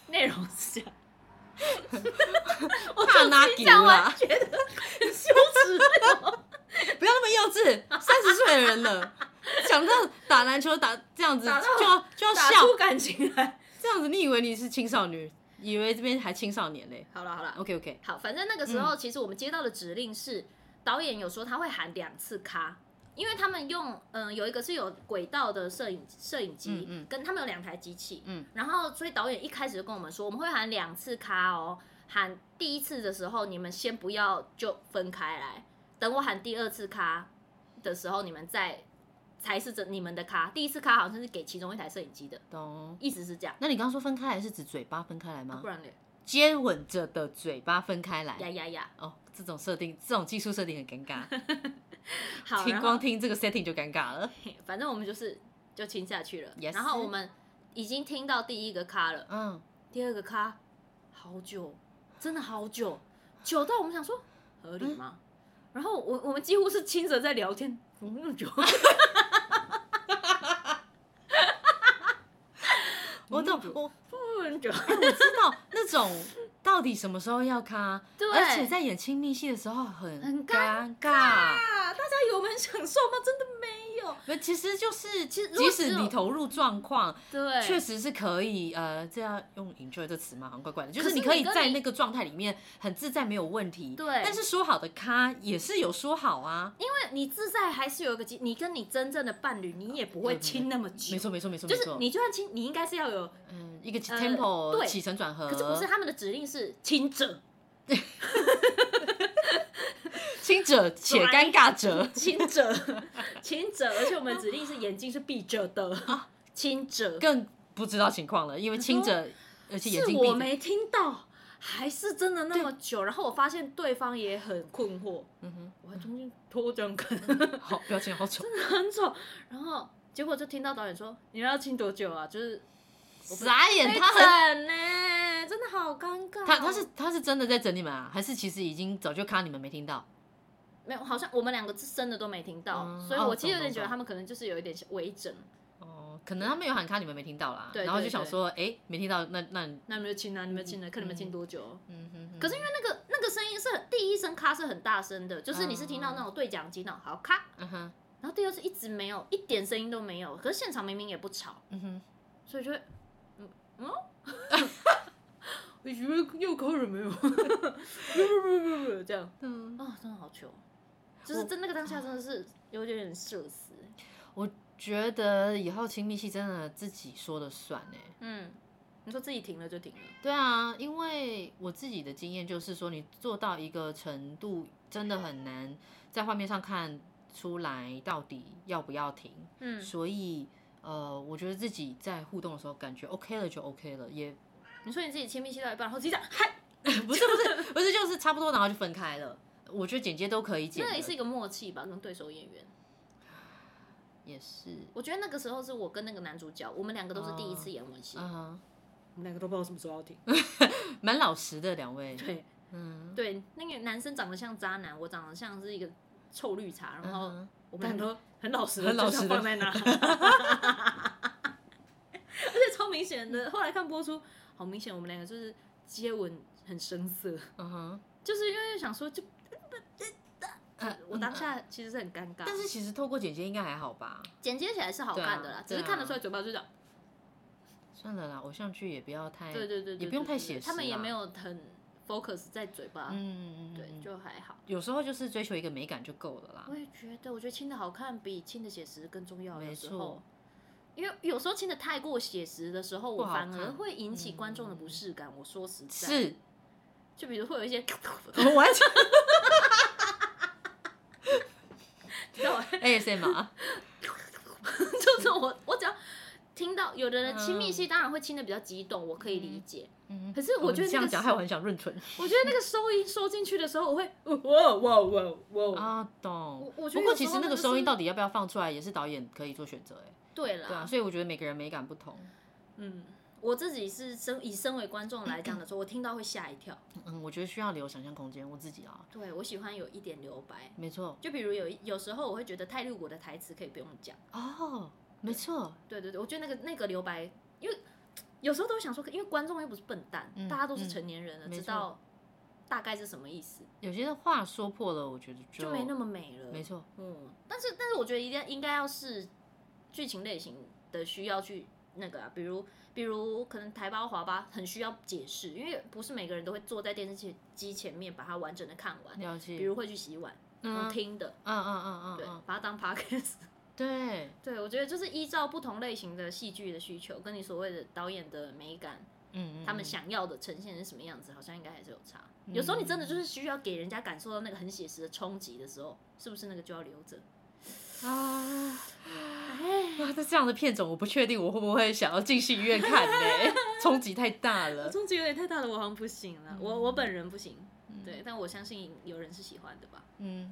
Speaker 2: 内容是这样，我
Speaker 1: 怕
Speaker 2: 就
Speaker 1: 拿
Speaker 2: 自己
Speaker 1: 球啊
Speaker 2: 讲完
Speaker 1: 啦
Speaker 2: 觉得很羞 耻，为什么？
Speaker 1: 不要那么幼稚，三十岁的人了，想到打篮球打这样子
Speaker 2: 打到
Speaker 1: 就要就要
Speaker 2: 打
Speaker 1: 笑，
Speaker 2: 出感情来。
Speaker 1: 这样子你以为你是青少女，以为这边还青少年嘞
Speaker 2: 好了好了，
Speaker 1: ？OK OK，
Speaker 2: 好，反正那个
Speaker 1: 嗯
Speaker 2: 时候其实我们接到的指令是，导演有说他会喊两次咔，因为他们用嗯、呃有一个是有轨道的摄影摄影机，
Speaker 1: 嗯嗯
Speaker 2: 跟他们有两台机器，
Speaker 1: 嗯，
Speaker 2: 然后所以导演一开始就跟我们说我们会喊两次咔哦，喊第一次的时候你们先不要就分开来，等我喊第二次咔的时候你们再才是真你们的咔，第一次咔好像是给其中一台摄影机的，
Speaker 1: 懂。
Speaker 2: 意思是这样，
Speaker 1: 那你刚刚说分开来是指嘴巴分开来吗
Speaker 2: 啊不？然嘞，
Speaker 1: 接吻着的嘴巴分开
Speaker 2: 呀
Speaker 1: 来。
Speaker 2: 呀呀，
Speaker 1: 哦，这种设定，这种技术设定很尴尬，
Speaker 2: 好，
Speaker 1: 听
Speaker 2: 然后
Speaker 1: 光听这个 setting 就尴尬了。
Speaker 2: 反正我们就是就亲下去了。
Speaker 1: Yes
Speaker 2: 然后我们已经听到第一个咖了，
Speaker 1: 嗯，
Speaker 2: 第二个咖好久，真的好久，久到我们想说合理吗？然后我我们几乎是亲着在聊天，怎么那么 久？
Speaker 1: 我懂，
Speaker 2: 嗯
Speaker 1: 我
Speaker 2: 很久，
Speaker 1: 我知道那种到底什么时候要卡，
Speaker 2: 对
Speaker 1: 而且在演亲密戏的时候很
Speaker 2: 很
Speaker 1: 尴尬。
Speaker 2: 啊！大家有很享受吗？真的没有。
Speaker 1: 那其实就是，其实
Speaker 2: 如果
Speaker 1: 即
Speaker 2: 只
Speaker 1: 使
Speaker 2: 有
Speaker 1: 你投入状况，
Speaker 2: 对，
Speaker 1: 确实是可以，呃，这要用 enjoy 这词吗？好像怪怪的，就
Speaker 2: 可
Speaker 1: 是
Speaker 2: 是
Speaker 1: 你
Speaker 2: 你
Speaker 1: 可以
Speaker 2: 跟
Speaker 1: 在
Speaker 2: 你
Speaker 1: 那个状态里面很自在，没有问题。
Speaker 2: 对
Speaker 1: 但是说好的咖也是有说好啊，
Speaker 2: 因为你自在还是有一个机，你跟你真正的伴侣，你也不会亲那么久。
Speaker 1: 呃没错，没错没错
Speaker 2: 就
Speaker 1: 没
Speaker 2: 是
Speaker 1: 错，
Speaker 2: 你就算亲，你应该是要有，
Speaker 1: 嗯一个
Speaker 2: 呃
Speaker 1: tempo、
Speaker 2: 对
Speaker 1: 起承转合，
Speaker 2: 可是不是他们的指令是亲者。
Speaker 1: 亲者且尴尬 者，
Speaker 2: 亲者，亲者，而且我们指令是眼睛是闭着的，亲者，
Speaker 1: 更不知道情况了，因为亲者而且眼
Speaker 2: 是
Speaker 1: 睛
Speaker 2: 我
Speaker 1: 闭着，
Speaker 2: 没听到，还是真的那么久？然后我发现对方也很困惑，
Speaker 1: 嗯哼，
Speaker 2: 我还中间拖这 样看，
Speaker 1: 好表情好 丑，
Speaker 2: 很丑。然后结果就听到导演说：“你们要亲多久啊？”就是
Speaker 1: 傻眼，他很。
Speaker 2: 很呢，真的好尴尬。
Speaker 1: 他他是他是真的在整你们啊，还是其实已经早就卡你们没听到？
Speaker 2: 没有，好像我们两个是真的都没听到，
Speaker 1: 嗯
Speaker 2: 所以我
Speaker 1: 哦
Speaker 2: 其实有
Speaker 1: 懂懂
Speaker 2: 点觉得
Speaker 1: 懂
Speaker 2: 他们可能就是有一点微整，
Speaker 1: 哦，可能他们有喊卡，你们没听到啦。
Speaker 2: 对
Speaker 1: 然后
Speaker 2: 对
Speaker 1: 就想说，哎，没听到，那那你
Speaker 2: 那你们就亲啊，你们亲了，看你们亲多久。
Speaker 1: 嗯哼哼
Speaker 2: 可是因为那个那个声音是很第一声咔是很大声的，就是你是听到那种对讲机那种好咔，
Speaker 1: 嗯哼，
Speaker 2: 然后第二次一直没有一点声音都没有，可是现场明明也不吵，
Speaker 1: 嗯哼，
Speaker 2: 所以就会嗯嗯， 我觉得又开了没有？不不不不不，这样
Speaker 1: 嗯，
Speaker 2: 啊、真的好糗，就是真那个当下真的是有点社死，
Speaker 1: 我觉得以后亲密戏真的自己说了算哎。
Speaker 2: 嗯，你说自己停了就停了，
Speaker 1: 对啊，因为我自己的经验就是说，你做到一个程度，真的很难在画面上看出来到底要不要停。
Speaker 2: 嗯
Speaker 1: 所以呃，我觉得自己在互动的时候，感觉 OK 了就 OK 了，也
Speaker 2: 你说你自己亲密期到一半，然后自己讲嗨，
Speaker 1: 不是不是不是，就是差不多，然后就分开了。我觉得剪接都可以剪的，
Speaker 2: 那也是一个默契吧，跟对手演员。
Speaker 1: 也是，
Speaker 2: 我觉得那个时候是我跟那个男主角，我们两个都是第一次演吻戏，
Speaker 1: 嗯哼，
Speaker 2: 我们两个都不知道什么时候要停。
Speaker 1: 蛮老实的两位，
Speaker 2: 对
Speaker 1: 嗯，
Speaker 2: 对，那个男生长得像渣男，我长得像是一个臭绿茶，然后
Speaker 1: 嗯
Speaker 2: 我们两个很老实的，
Speaker 1: 很老实地
Speaker 2: 放在那， 而且超明显的。后来看播出，好明显，我们两个就是接吻很生涩，
Speaker 1: 哼嗯哼，
Speaker 2: 就是因为想说就。
Speaker 1: 呃
Speaker 2: 我当下其嗯实是很尴尬，
Speaker 1: 但是其实透过剪接应该还好吧？
Speaker 2: 剪接起来是好看的
Speaker 1: 对
Speaker 2: 啦，
Speaker 1: 啊
Speaker 2: 只是看得出来嘴巴就讲，
Speaker 1: 算了啦，偶像剧也不要太，
Speaker 2: 对对对对，
Speaker 1: 也不用
Speaker 2: 对
Speaker 1: 太
Speaker 2: 对对
Speaker 1: 写实啦，
Speaker 2: 他们也没有很 focus 在嘴巴，
Speaker 1: 嗯，
Speaker 2: 对，就还好。
Speaker 1: 有时候就是追求一个美感就够了啦
Speaker 2: 我。也觉得，我觉得亲的好看比亲的写实更重要。
Speaker 1: 没
Speaker 2: 有时
Speaker 1: 错
Speaker 2: 候，因为有时候亲的太过写实的时候，我
Speaker 1: 好
Speaker 2: 反而
Speaker 1: 看嗯
Speaker 2: 会引起观众的不适感。我说实在，
Speaker 1: 是，
Speaker 2: 就比如会有一些，
Speaker 1: 我完
Speaker 2: 知道吗？
Speaker 1: 全 ASMR，
Speaker 2: 就是我，我只要听到有的人亲密戏，当然会亲的比较激动，我可以理解。
Speaker 1: 嗯
Speaker 2: 可是我觉得
Speaker 1: 这
Speaker 2: 那
Speaker 1: 样
Speaker 2: 个
Speaker 1: 讲害我很想润唇
Speaker 2: 我觉得那个收音收进去的时候，我会哦哇哇哇哇！
Speaker 1: 啊，懂。
Speaker 2: 我觉
Speaker 1: 不过
Speaker 2: 得有
Speaker 1: 其
Speaker 2: 时
Speaker 1: 实
Speaker 2: 候
Speaker 1: 那
Speaker 2: 那
Speaker 1: 个
Speaker 2: 个
Speaker 1: 收
Speaker 2: 是
Speaker 1: 音到底要不要放出来，也是导演可以做选择哎。
Speaker 2: 对
Speaker 1: 对啊，
Speaker 2: 啦，
Speaker 1: 所以我觉得每个人美感不同。
Speaker 2: 嗯，我自己是身以身为观众来讲的时候，我听到会吓一跳。
Speaker 1: 嗯，我觉得需要留想象空间，我自己啊，
Speaker 2: 对我喜欢有一点留白，
Speaker 1: 没错。
Speaker 2: 就比如有一有时候我会觉得太露骨的台词可以不用讲。
Speaker 1: 哦，没错，
Speaker 2: 对对对，我觉得那个那个留白，因为有时候都想说，因为观众又不是笨蛋，
Speaker 1: 嗯
Speaker 2: 大家都是
Speaker 1: 嗯
Speaker 2: 成年人了，
Speaker 1: 没
Speaker 2: 知
Speaker 1: 错
Speaker 2: 道大概是什么意思，
Speaker 1: 有些话说破了，我觉得就
Speaker 2: 就没那么美了。
Speaker 1: 没错。
Speaker 2: 嗯，但是但是我觉得一定应该要是剧情类型的需要去那个啊，比如比如可能台巴华巴很需要解释，因为不是每个人都会坐在电视前机前面把它完整的看完，
Speaker 1: 了
Speaker 2: 比
Speaker 1: 解。
Speaker 2: 如会去洗碗，用
Speaker 1: 嗯
Speaker 2: 听的，
Speaker 1: 嗯嗯嗯嗯
Speaker 2: 对，
Speaker 1: 嗯，
Speaker 2: 把它 当 podcast。
Speaker 1: 对，
Speaker 2: 对，我觉得就是依照不同类型的戏剧的需求，跟你所谓的导演的美感，
Speaker 1: 嗯嗯，
Speaker 2: 他们
Speaker 1: 嗯
Speaker 2: 想要的呈现是什么样子，好像应该还是有差。有时候你真的就是需要给人家感受到那个很写实的冲击的时候，是不是那个就要留着？
Speaker 1: 啊。
Speaker 2: 哎
Speaker 1: 哇，这这样的片种，我不确定我会不会想要进戏院看 呢、冲击太大了。
Speaker 2: 冲击有点太大了，我好像不行了，我我本人不行。对，但我相信有人是喜欢的吧。
Speaker 1: 嗯，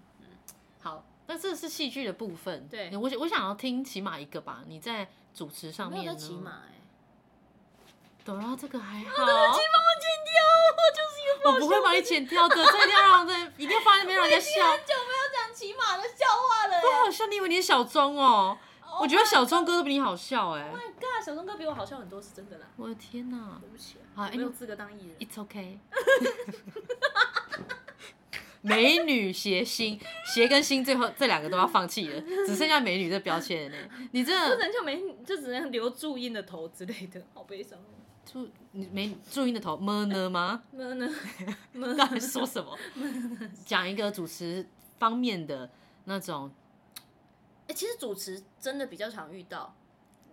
Speaker 1: 好，那这是戏剧的部分。
Speaker 2: 对
Speaker 1: 我想我想要听起码一个吧。你在主持上
Speaker 2: 没
Speaker 1: 面
Speaker 2: 有
Speaker 1: 呢
Speaker 2: 在骑马哎、
Speaker 1: 朵拉这个还好，
Speaker 2: 啊
Speaker 1: 我不会把你剪掉的，这一定要让人一定要放在那边让人家笑。
Speaker 2: 久没有讲骑马的笑话了、
Speaker 1: 我好像你以为你是小钟哦、我觉得小钟哥都比你好笑哎、
Speaker 2: Oh my god，小钟哥比我好笑很多，是真的啦。
Speaker 1: 我的天哪
Speaker 2: 对不起、啊，
Speaker 1: 好
Speaker 2: 我没有
Speaker 1: anyway
Speaker 2: 资格当艺人。
Speaker 1: ，It's OK 。 美女谐星，谐跟星最后这两个都要放弃了，只剩下美女这标签了呢。你
Speaker 2: 不
Speaker 1: 这
Speaker 2: 能就没，就只能留注音的头之类的，好悲伤哦。
Speaker 1: 注你没注音的头么呢吗？
Speaker 2: 么呢？么
Speaker 1: 到底说什么？讲一个主持方面的那种，
Speaker 2: 哎、其实主持真的比较常遇到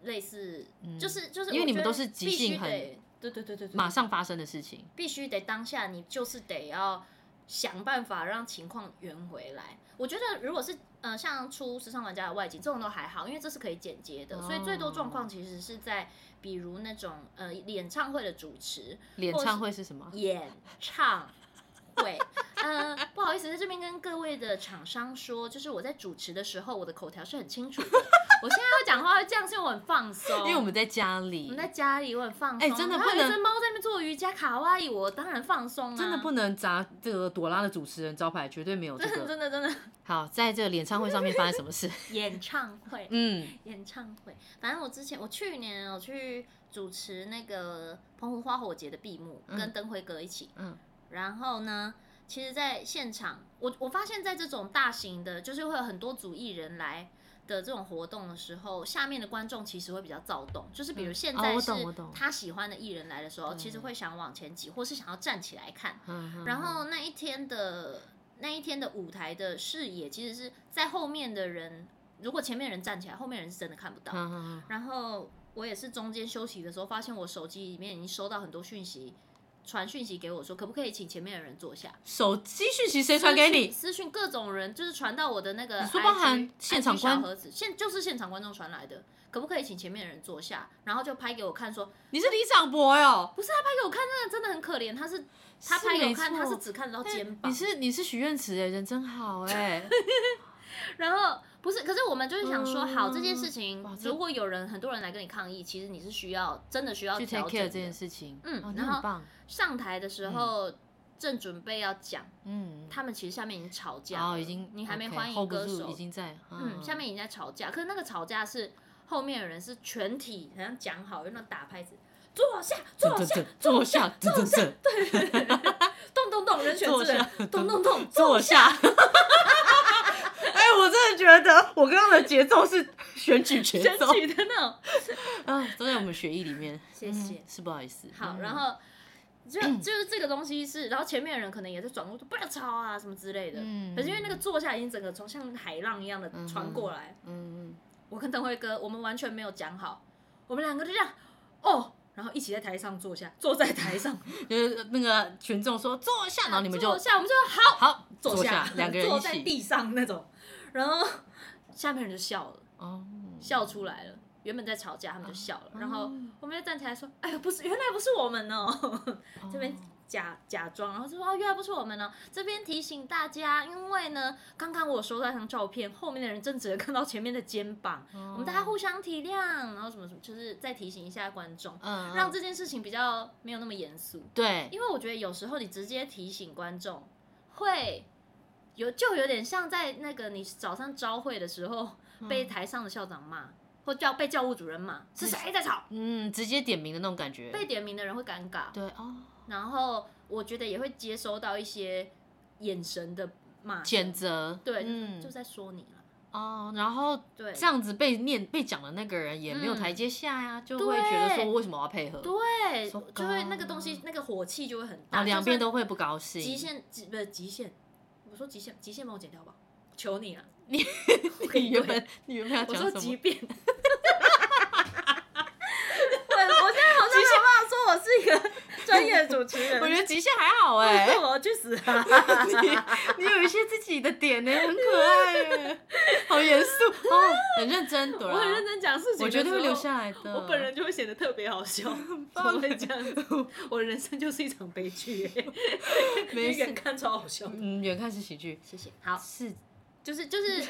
Speaker 2: 类似，就是就是我
Speaker 1: 因
Speaker 2: 觉得必须得，
Speaker 1: 为你们都是即兴很
Speaker 2: 对对对对对，
Speaker 1: 马上发生的事情。
Speaker 2: 必须得当下，你就是得要想办法让情况圆回来。我觉得如果是呃像出时尚玩家的外景这种都还好，因为这是可以剪接的，所以最多状况其实是在比如那种呃演唱会的主持，
Speaker 1: 演唱会是什么？
Speaker 2: 演唱会。嗯、不好意思，在这边跟各位的厂商说，就是我在主持的时候，我的口条是很清楚的。我现在要讲话会这样，是因为我很放松。
Speaker 1: 因为我们在家里，
Speaker 2: 哦我们在家里，我很放松。
Speaker 1: 哎真的
Speaker 2: 然后
Speaker 1: 不
Speaker 2: 有一
Speaker 1: 能
Speaker 2: 只猫在那边做瑜伽卡哇伊，我当然放松啊。
Speaker 1: 真的不能砸这个朵拉的主持人招牌，绝对没有这
Speaker 2: 真的
Speaker 1: 个。
Speaker 2: 真的真的
Speaker 1: 好，在这个演唱会上面发生什么 事？
Speaker 2: 演唱会，
Speaker 1: 嗯，
Speaker 2: 演唱会。反正我之前，我去年我去主持那个澎湖花火节的闭幕，
Speaker 1: 嗯
Speaker 2: 跟灯辉哥一起。
Speaker 1: 嗯，
Speaker 2: 然后呢，其实，在现场，我我发现，在这种大型的，就是会有很多组艺人来的这种活动的时候，下面的观众其实会比较躁动。就是比如现
Speaker 1: 哦
Speaker 2: 在
Speaker 1: 我
Speaker 2: 是
Speaker 1: 懂我懂
Speaker 2: 他喜欢的艺人来的时候，其实会想往前挤，或是想要站起来看。
Speaker 1: 嗯
Speaker 2: 然后那一天的那一天的舞台的视野，其实是在后面的人，如果前面人站起来，后面人是真的看不到。
Speaker 1: 嗯
Speaker 2: 然后我也是中间休息的时候，发现我手机里面已经收到很多讯息，传讯息给我说，可不可以请前面的人坐下？
Speaker 1: 手机讯息谁传给你？
Speaker 2: 私讯各种人，就是传到我的那个 IG，
Speaker 1: 你说包含现场
Speaker 2: IG
Speaker 1: 观
Speaker 2: 小盒子，现就是现场观众传来的，可不可以请前面的人坐下？然后就拍给我看说，
Speaker 1: 你是李长博哟？
Speaker 2: 不是他啊拍给我看，那个真的很可怜，他是他
Speaker 1: 是
Speaker 2: 拍给我
Speaker 1: 没
Speaker 2: 看，他
Speaker 1: 错哎
Speaker 2: 是只看得到肩膀，
Speaker 1: 你是你是许愿池哎，人真好 哎。
Speaker 2: 然后不是，可是我们就是想说，
Speaker 1: 嗯
Speaker 2: 好这件事情
Speaker 1: 哇，这
Speaker 2: 如果有人很多人来跟你抗议，其实你是需要真的需要
Speaker 1: 去 take
Speaker 2: 调
Speaker 1: care
Speaker 2: 整
Speaker 1: 这件
Speaker 2: 的。
Speaker 1: 事嗯情，
Speaker 2: 嗯
Speaker 1: 哦你
Speaker 2: 然后
Speaker 1: 很棒，
Speaker 2: 上台的时候正准备要讲，
Speaker 1: 嗯，
Speaker 2: 他们其实下面已经吵架
Speaker 1: 然
Speaker 2: 了，
Speaker 1: 后哦已经
Speaker 2: 你还没
Speaker 1: OK，
Speaker 2: 欢迎
Speaker 1: hold 不
Speaker 2: 歌
Speaker 1: 住
Speaker 2: 手
Speaker 1: 已，经在，
Speaker 2: 嗯，下面已经在吵架，可是那个吵架是后面的人是全体好像讲好，用那打拍子，坐下，坐
Speaker 1: 坐
Speaker 2: 下
Speaker 1: 下，坐下，坐下，
Speaker 2: 动动动，人选
Speaker 1: 坐
Speaker 2: 之人，动动动，
Speaker 1: 坐下。哎，我真的觉得我刚刚的节奏是选举节
Speaker 2: 选
Speaker 1: 奏
Speaker 2: 举的那种。
Speaker 1: 啊，都在我们学艺里面。
Speaker 2: 谢谢
Speaker 1: 嗯是不好意思。
Speaker 2: 好，
Speaker 1: 嗯
Speaker 2: 然后 就就是这个东西是，然后前面的人可能也在转过，说不要吵啊什么之类的。
Speaker 1: 嗯
Speaker 2: 可是因为那个坐下已经整个从像海浪一样的传过来，
Speaker 1: 嗯，
Speaker 2: 我跟邓辉哥我们完全没有讲好，我们两个就这样哦，然后一起在台上坐下，坐在台上，
Speaker 1: 嗯就是那个群众说 坐下，然后你们就
Speaker 2: 坐下，我们就好
Speaker 1: 好
Speaker 2: 坐
Speaker 1: 下，两个人
Speaker 2: 坐
Speaker 1: 一
Speaker 2: 在
Speaker 1: 起。
Speaker 2: 地上那种，然后下面人就笑了，
Speaker 1: 哦，
Speaker 2: 笑出来了。原本在吵架，他们就笑了，然后
Speaker 1: 哦
Speaker 2: 我们就站起来说：“哎呀，不是，原来不是我们哦。”这边假假装，然后就说哦，原来不是我们呢。这边提醒大家，因为呢，刚刚我有收到一张照片，后面的人正只能看到前面的肩膀，
Speaker 1: 哦
Speaker 2: 我们大家互相体谅，然后什么什么，就是再提醒一下观众，
Speaker 1: 嗯，
Speaker 2: 让
Speaker 1: 让
Speaker 2: 这件事情比较没有那么严肃。
Speaker 1: 对
Speaker 2: 因为我觉得有时候你直接提醒观众，会有就有点像在那个你早上朝会的时候
Speaker 1: 嗯
Speaker 2: 被台上的校长骂，或叫被教务主任骂，是谁在吵？
Speaker 1: 嗯，直接点名的那种感觉。
Speaker 2: 被点名的人会尴尬，
Speaker 1: 对哦，
Speaker 2: 然后我觉得也会接收到一些眼神的骂声，
Speaker 1: 谴责。
Speaker 2: 对，就
Speaker 1: 嗯，
Speaker 2: 在说你了，
Speaker 1: 哦，然后
Speaker 2: 对，
Speaker 1: 这样子被念被讲的那个人也没有
Speaker 2: 嗯
Speaker 1: 台阶下呀，就会觉得
Speaker 2: 对
Speaker 1: 说为什么我要配合？
Speaker 2: 对，
Speaker 1: So
Speaker 2: 就会
Speaker 1: gone
Speaker 2: 那个东西那个火气就会很
Speaker 1: 然
Speaker 2: 大，
Speaker 1: 后啊两边
Speaker 2: 就算
Speaker 1: 都会不高兴。
Speaker 2: 极限极不是极限，我说极限极限帮我剪掉吧，求你了，
Speaker 1: 你原本你原本 要
Speaker 2: 我
Speaker 1: 讲
Speaker 2: 说
Speaker 1: 什么？
Speaker 2: 即便。 对，我现在好像没有办法说我是一个专业的主持 人，
Speaker 1: 我觉得极限还 好哎、
Speaker 2: 我要去 死啊！
Speaker 1: 你有一些自己的点呢、很可爱耶、好严肃哦，很认真，朵
Speaker 2: 我
Speaker 1: 拉，
Speaker 2: 很认真讲事情，
Speaker 1: 我绝对会留。下来的。
Speaker 2: 我本人就会显得特别好笑，怎么会这样子？我的人生就是一场悲 剧耶，
Speaker 1: 没
Speaker 2: 那个
Speaker 1: 事
Speaker 2: 人，看超好笑。
Speaker 1: 嗯，远看是喜剧，
Speaker 2: 谢谢。好，
Speaker 1: 是
Speaker 2: 就是 就是，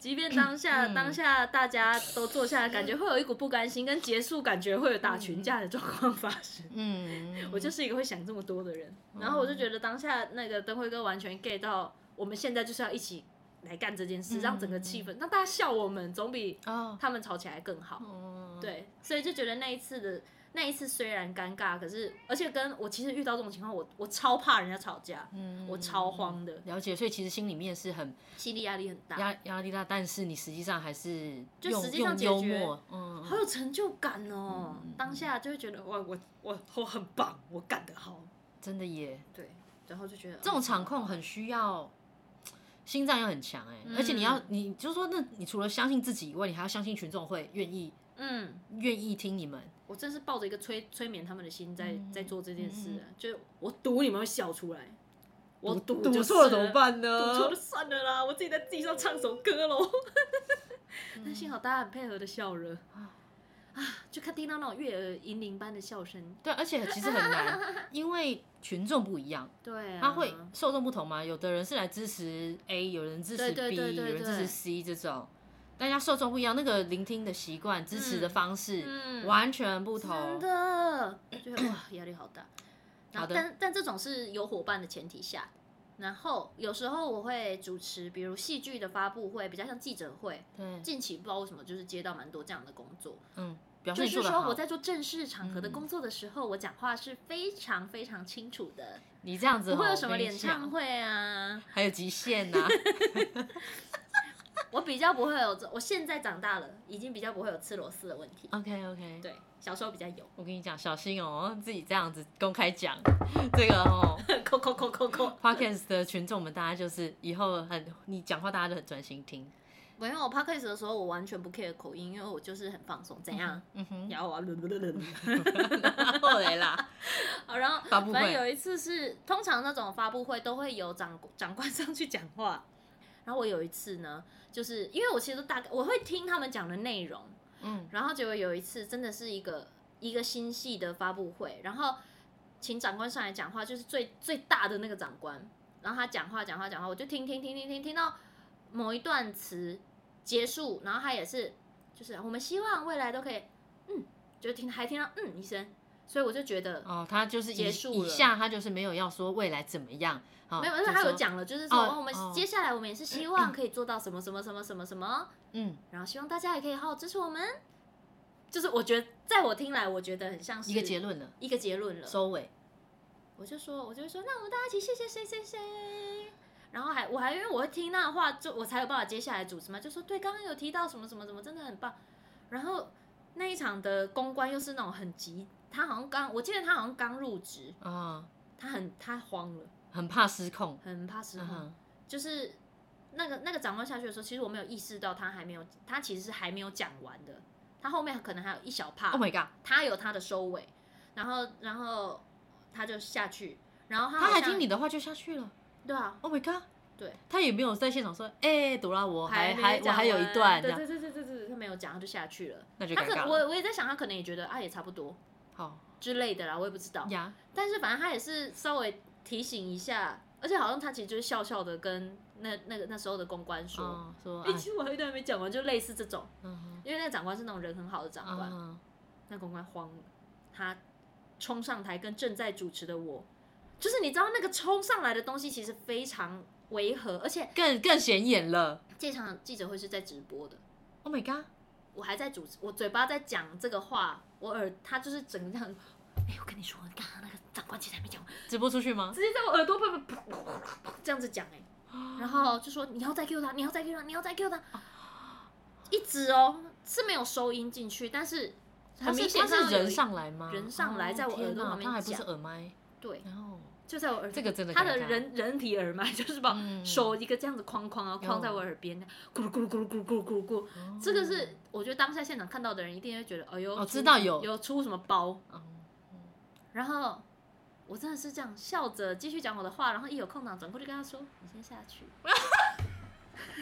Speaker 2: 即便当下当下大家都坐下来，感觉会有一股不甘心，跟结束感觉会有打群架的状况发生。
Speaker 1: 嗯，
Speaker 2: 我就是一个会想这么多的人，然后我就觉得当下那个灯辉哥完全 get 到，我们现在就是要一起来干这件事，让整个气氛让大家笑我们，总比
Speaker 1: 哦，
Speaker 2: 他们吵起来更好。
Speaker 1: 嗯，
Speaker 2: 对，所以就觉得那一次的那一次虽然尴尬，可是而且跟我其实遇到这种情况，我我超怕人家吵架，我超慌的，
Speaker 1: 嗯了解。所以其实心里面是很
Speaker 2: 心理嗯压力很大，
Speaker 1: 压压力大，但是你实际上还是
Speaker 2: 就
Speaker 1: 用
Speaker 2: 实际上
Speaker 1: 用幽
Speaker 2: 解决
Speaker 1: 默，嗯，
Speaker 2: 好有成就感哦！当下就会觉得哇，我我我很棒，我干得好，嗯
Speaker 1: 真的耶，
Speaker 2: 对，然后就觉得哦
Speaker 1: 这种场控很需要。心脏要很强哎、
Speaker 2: 嗯
Speaker 1: 而且你要，你就说，那你除了相信自己以外，你还要相信群众会愿意
Speaker 2: 嗯。
Speaker 1: 愿意听你们，
Speaker 2: 我真是抱着一个催催眠他们的心在、在做这件事、啊，就我赌你们会笑出来，我赌就算了？
Speaker 1: 办
Speaker 2: 赌错了？算了啦，我自己在地上唱首歌喽。但幸
Speaker 1: 嗯
Speaker 2: 好大家很配合的笑了，啊，就看听到那种悦耳银铃般的笑声，
Speaker 1: 对，而且其实很难，因为群众不一样，
Speaker 2: 对、啊，
Speaker 1: 他会受众不同嘛。有的人是来支持 A，有人支持 B，
Speaker 2: 对对对对对
Speaker 1: 有人支持 C 这种，大家受众不一样，那个聆听的习惯、支持的方式、
Speaker 2: 嗯
Speaker 1: 完全不
Speaker 2: 真
Speaker 1: 同。
Speaker 2: 的，就会哇压力好大。然
Speaker 1: 好的
Speaker 2: 后但但这种是有伙伴的前提下，然后有时候我会主持，比如戏剧的发布会，比较像记者会。
Speaker 1: 对，
Speaker 2: 近期不知道为什么，就是接到蛮多这样的工作，
Speaker 1: 嗯，表示
Speaker 2: 就
Speaker 1: 你
Speaker 2: 是
Speaker 1: 做的
Speaker 2: 说
Speaker 1: 好嗯
Speaker 2: 我。在做正式场合的工作的时候，我讲话是非常非常清楚的，
Speaker 1: 你这样子
Speaker 2: 不会
Speaker 1: 哦
Speaker 2: 有什么
Speaker 1: 我跟你
Speaker 2: 演唱
Speaker 1: 讲
Speaker 2: 会啊，
Speaker 1: 还有极限 呐、
Speaker 2: 我比较不会有这，我现在长大了，已经比较不会有吃螺丝的问题。
Speaker 1: OK OK，
Speaker 2: 对，小时候比较有，
Speaker 1: 我跟你讲，小心哦，自己这样子公开讲 这个哦。
Speaker 2: 扣扣扣扣扣。
Speaker 1: Podcast 的群众们，大家就是以后很，你讲话大家都很专心听。
Speaker 2: 没有我 podcast 的时候，我完全不 care 口音，因为我就是很放松。怎样？
Speaker 1: 嗯 哼，
Speaker 2: 然后啊，
Speaker 1: 然后嘞啦，
Speaker 2: 好，然后
Speaker 1: 发布
Speaker 2: 反正
Speaker 1: 会
Speaker 2: 有一次是，通常那种发布会都会有长长官上去讲话。然后我有一次呢，就是因为我其实都大概我会听他们讲的内容，
Speaker 1: 嗯，
Speaker 2: 然后结果有一次真的是一个一个新戏的发布会，然后请长官上来讲话，就是最最大的那个长官，然后他讲话讲话讲话，我就听听听听听听到某一段词结束，然后他也是就是我们希望未来都可以，嗯，就听还听到嗯一声，所以我就觉得。
Speaker 1: 哦，他就是以
Speaker 2: 结束了
Speaker 1: 以下他就是没有要说未来怎么样，哦、
Speaker 2: 没有，因
Speaker 1: 就
Speaker 2: 为他有
Speaker 1: 说，
Speaker 2: 讲了，就是说，
Speaker 1: 哦
Speaker 2: 哦，我们
Speaker 1: 哦
Speaker 2: 接下来我们也是希望可以做到什么什么什么什么什么，
Speaker 1: 嗯，
Speaker 2: 然后希望大家也可以好好支持我们。就是我觉得，在我听来，我觉得很像是
Speaker 1: 一个结论了，
Speaker 2: 一个结论了。
Speaker 1: 收尾。
Speaker 2: 我就说，我就会说，那我们大家一起谢谢谁谁谁。然后还我还因为我会听那话，就我才有办法接下来主持嘛，就说对，刚刚有提到什么什么什么，真的很棒。然后那一场的公关又是那种很急，他好像刚，我记得他好像刚入职，
Speaker 1: 啊，
Speaker 2: 他很他慌了，
Speaker 1: 很怕失控，
Speaker 2: 很怕失控，
Speaker 1: 嗯
Speaker 2: 就是那个那个长官下去的时候，其实我没有意识到他还没有，他其实是还没有讲完的，他后面可能还有一小 part，、
Speaker 1: ，Oh my god，
Speaker 2: 他有他的收尾，然后然后他就下去，然后他
Speaker 1: 他
Speaker 2: 好
Speaker 1: 还
Speaker 2: 像
Speaker 1: 听你的话就下去了
Speaker 2: 对啊，
Speaker 1: ，Oh my god，
Speaker 2: 对，
Speaker 1: 他也没有在现场说，哎，朵拉，我还
Speaker 2: 没
Speaker 1: 还
Speaker 2: 讲
Speaker 1: 我还有
Speaker 2: 完
Speaker 1: 一段这
Speaker 2: 对
Speaker 1: 样，
Speaker 2: 对对对对对，他没有讲，他就下去了。
Speaker 1: 那就
Speaker 2: 他
Speaker 1: 尴
Speaker 2: 可
Speaker 1: 尬了，
Speaker 2: 我我也在想，他可能也觉得啊也差不多
Speaker 1: 好
Speaker 2: 之类的啦，我也不知道。
Speaker 1: 呀，
Speaker 2: 但是反正他也是稍微提醒一下，而且好像他其实就是笑笑的跟那那个那时候的公关说，
Speaker 1: 嗯，说，
Speaker 2: 哎、
Speaker 1: 哎
Speaker 2: 其实我还有一段还没讲完，就类似这种。
Speaker 1: 嗯
Speaker 2: 因为那个长官是那种人很好的长
Speaker 1: 哼，
Speaker 2: 官，
Speaker 1: 嗯
Speaker 2: 那公关慌了，他冲上台跟正在主持的我，就是你知道那个冲上来的东西其实非常违和，而且
Speaker 1: 更更显眼了
Speaker 2: 这场记者会是在直播的。
Speaker 1: ，Oh my god，
Speaker 2: 我还在主持，我嘴巴在讲这个话，我耳他就是整个这样。哎、我跟你说，刚刚那个长官其实还没讲完，
Speaker 1: 直播出去吗？
Speaker 2: 直接在我耳朵旁边噗噗噗噗这样子讲哎、然后就说你要再 Q 他，你要再 Q 他，你要再 Q 他，一直哦是没有收音进去，但是
Speaker 1: 他
Speaker 2: 很
Speaker 1: 是
Speaker 2: 明显
Speaker 1: 他
Speaker 2: 看到
Speaker 1: 是
Speaker 2: 有一
Speaker 1: 人上来吗？
Speaker 2: 人上来
Speaker 1: 哦
Speaker 2: 在我耳
Speaker 1: 天
Speaker 2: 朵
Speaker 1: 哪
Speaker 2: 旁边
Speaker 1: 他还不是
Speaker 2: 讲
Speaker 1: 耳麦，哦
Speaker 2: 对，
Speaker 1: 然后
Speaker 2: 就在我耳
Speaker 1: 这个真的
Speaker 2: 他
Speaker 1: 尴
Speaker 2: 的
Speaker 1: 尬
Speaker 2: 人人体耳麦就是把
Speaker 1: 嗯
Speaker 2: 手一个这样子框框啊框在我耳边，咕噜咕噜咕噜咕噜咕噜咕噜咕噜，这个是我觉得当下现场看到的人一定会觉得，哎呦，
Speaker 1: 哦
Speaker 2: 出
Speaker 1: 知道有
Speaker 2: 有出什么包。
Speaker 1: 哦
Speaker 2: 然后我真的是这样笑着继续讲我的话，然后一有空档转过去跟他说：“你先下去，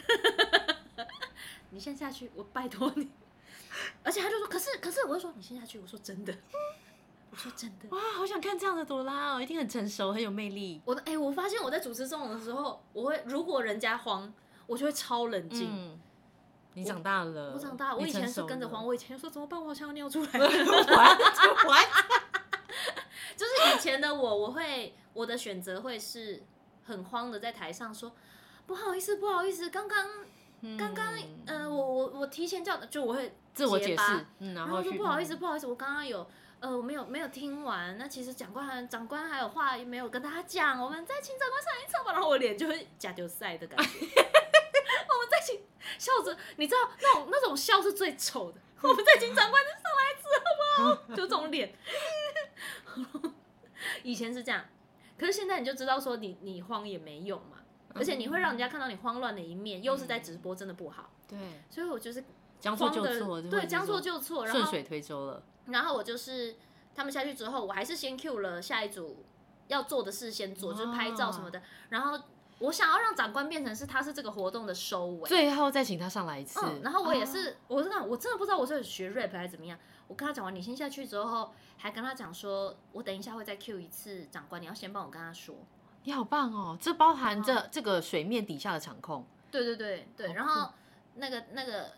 Speaker 2: 你先下去，我拜托你。”而且他就说：“可是可是，我就说你先下去。”我说：“真的，我说真的。
Speaker 1: 哇，好想看这样的朵拉哦，一定很成熟，很有魅力”。
Speaker 2: 我的哎、我发现我在主持这种的时候，我会如果人家慌，我就会超冷静。
Speaker 1: 嗯，你长大了，
Speaker 2: 我长大了，我
Speaker 1: 你
Speaker 2: 以前
Speaker 1: 成
Speaker 2: 是
Speaker 1: 熟
Speaker 2: 跟着
Speaker 1: 了
Speaker 2: 慌，，我以前说怎么办，我好像要 尿出来
Speaker 1: 我
Speaker 2: 了。
Speaker 1: 还我还
Speaker 2: 就是以前的我，我会我的选择会是很慌的，在台上说不好意思，不好意思，刚刚刚刚
Speaker 1: 嗯
Speaker 2: 呃，我我我提前叫的，就我会
Speaker 1: 自我
Speaker 2: 结
Speaker 1: 解
Speaker 2: 巴
Speaker 1: 释，嗯，
Speaker 2: 然
Speaker 1: 然
Speaker 2: 后
Speaker 1: 后
Speaker 2: 说
Speaker 1: 去
Speaker 2: 不好意思，，不好意思，我刚刚有呃我没有没有听完，那其实长官还长官还有话没有跟大家讲，我们再请长官上一次吧，然后我脸就会假丢赛的感觉。 我们再请笑着，你知道那种那种笑是最丑的。我们再请长官上来一次好不好？就 这种脸，以前是这样，可是现在你就知道说你你慌也没用嘛，
Speaker 1: 嗯
Speaker 2: 而且你会让人家看到你慌乱的一面，又是在直播，真的不好。
Speaker 1: 对，
Speaker 2: 所以我就是
Speaker 1: 将错
Speaker 2: 慌
Speaker 1: 就
Speaker 2: 的，
Speaker 1: 错，或者
Speaker 2: 对，
Speaker 1: 是
Speaker 2: 将错
Speaker 1: 说
Speaker 2: 就错，然
Speaker 1: 顺
Speaker 2: 后
Speaker 1: 水推舟了，
Speaker 2: 然后我就是他们下去之后，我还是先 Q 了下一组要做的事先做，就是拍照什么的。然后我想要让长官变成是他是这个活动的收尾。
Speaker 1: 最哦后再请他上来一次啊
Speaker 2: 嗯，。然后我也是，我真的我真的不知道我是学 rap 还是怎么样。我跟他讲完你先下去之后，还跟他讲说，我等一下会再 Q 一次长官，你要先帮我跟他说。
Speaker 1: 你好棒哦，这包含
Speaker 2: 啊
Speaker 1: 这这个水面底下的场控，
Speaker 2: 对对对对，
Speaker 1: 好
Speaker 2: 然后那个那个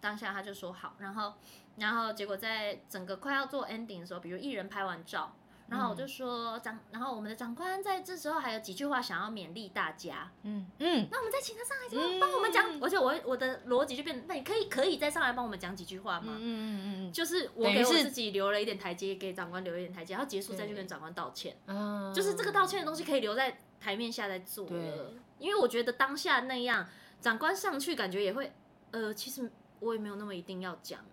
Speaker 2: 当下他就说好，然后然后结果在整个快要做 ending 的时候，比如艺人拍完照，然后我
Speaker 1: 嗯
Speaker 2: 就说长，然后我们的长官在这时候还有几句话想要勉励大家，
Speaker 1: 嗯嗯，
Speaker 2: 那我们再请他上来，怎么帮我们讲？而且我我的逻辑就变，那你可以可以再上来帮我们讲几句话吗？
Speaker 1: 嗯嗯嗯
Speaker 2: 就是我
Speaker 1: 等于
Speaker 2: 给我
Speaker 1: 是
Speaker 2: 自己留了一点台阶，给长官留一点台阶，然后结束再去
Speaker 1: 对
Speaker 2: 跟长官道歉。
Speaker 1: 嗯，
Speaker 2: 就是这个道歉的东西可以留在台面下再做了
Speaker 1: 对，
Speaker 2: 因为我觉得当下那样，长官上去感觉也会，呃，其实我也没有那么一定要讲，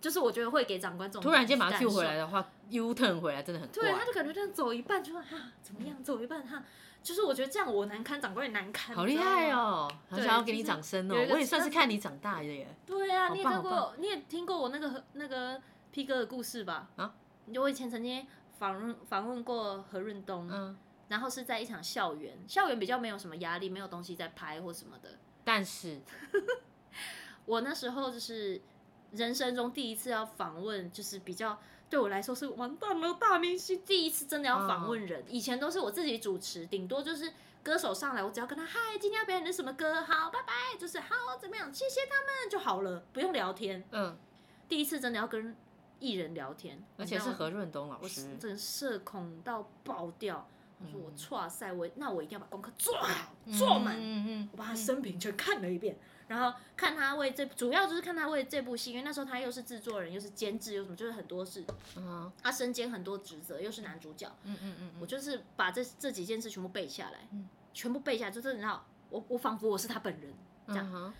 Speaker 2: 就是我觉得会给长官这种
Speaker 1: 突然间把他
Speaker 2: 感受
Speaker 1: Q 回来，的话，U turn 回来真的很
Speaker 2: 对，
Speaker 1: 怪
Speaker 2: 他，就感觉这样走一半就说哈怎么样，走一半哈，就是我觉得这样我难堪，长官也难堪，
Speaker 1: 好厉害
Speaker 2: 你知道吗！
Speaker 1: 哦，好
Speaker 2: 啊对
Speaker 1: 想要
Speaker 2: 就
Speaker 1: 给你
Speaker 2: 是
Speaker 1: 掌声哦
Speaker 2: 有一，个
Speaker 1: 我也算是
Speaker 2: 那
Speaker 1: 看你长大的耶，
Speaker 2: 对啊，
Speaker 1: 好棒
Speaker 2: 你也看
Speaker 1: 好
Speaker 2: 过，你也听过我那个那个 P 哥的故事吧？
Speaker 1: 啊，
Speaker 2: 我以前曾经访问访问过何润东，
Speaker 1: 嗯，
Speaker 2: 然后是在一场校园，校园比较没有什么压力，没有东西在拍或什么的。
Speaker 1: 但是
Speaker 2: 我那时候就是人生中第一次要访问，就是比较对我来说是完蛋了，大明星第一次真的要
Speaker 1: 嗯
Speaker 2: 访问人，以前都是我自己主持，顶多就是歌手上来，我只要跟他嗨，今天要表演的什么歌，好，拜拜，就是好怎么样，谢谢他们就好了，不用聊天。
Speaker 1: 嗯，
Speaker 2: 第一次真的要跟艺人聊天，
Speaker 1: 而且是
Speaker 2: 你知道
Speaker 1: 何润东老
Speaker 2: 我
Speaker 1: 师
Speaker 2: 真，的社恐到爆掉。我说我哇塞，我那我一定要把功课做好，做满。
Speaker 1: 嗯嗯
Speaker 2: 我把他生平全看了一遍，然后看他为这主要就是看他为这部戏，因为那时候他又是制作人，又是监制，又什么，就是很多事，
Speaker 1: 嗯
Speaker 2: 他身兼很多职责，又是男主角。
Speaker 1: 嗯嗯
Speaker 2: 我就是把这这几件事全部背下来，
Speaker 1: 嗯
Speaker 2: 全部背下来，就是你知道，我我仿佛我是他本人。
Speaker 1: 嗯，这样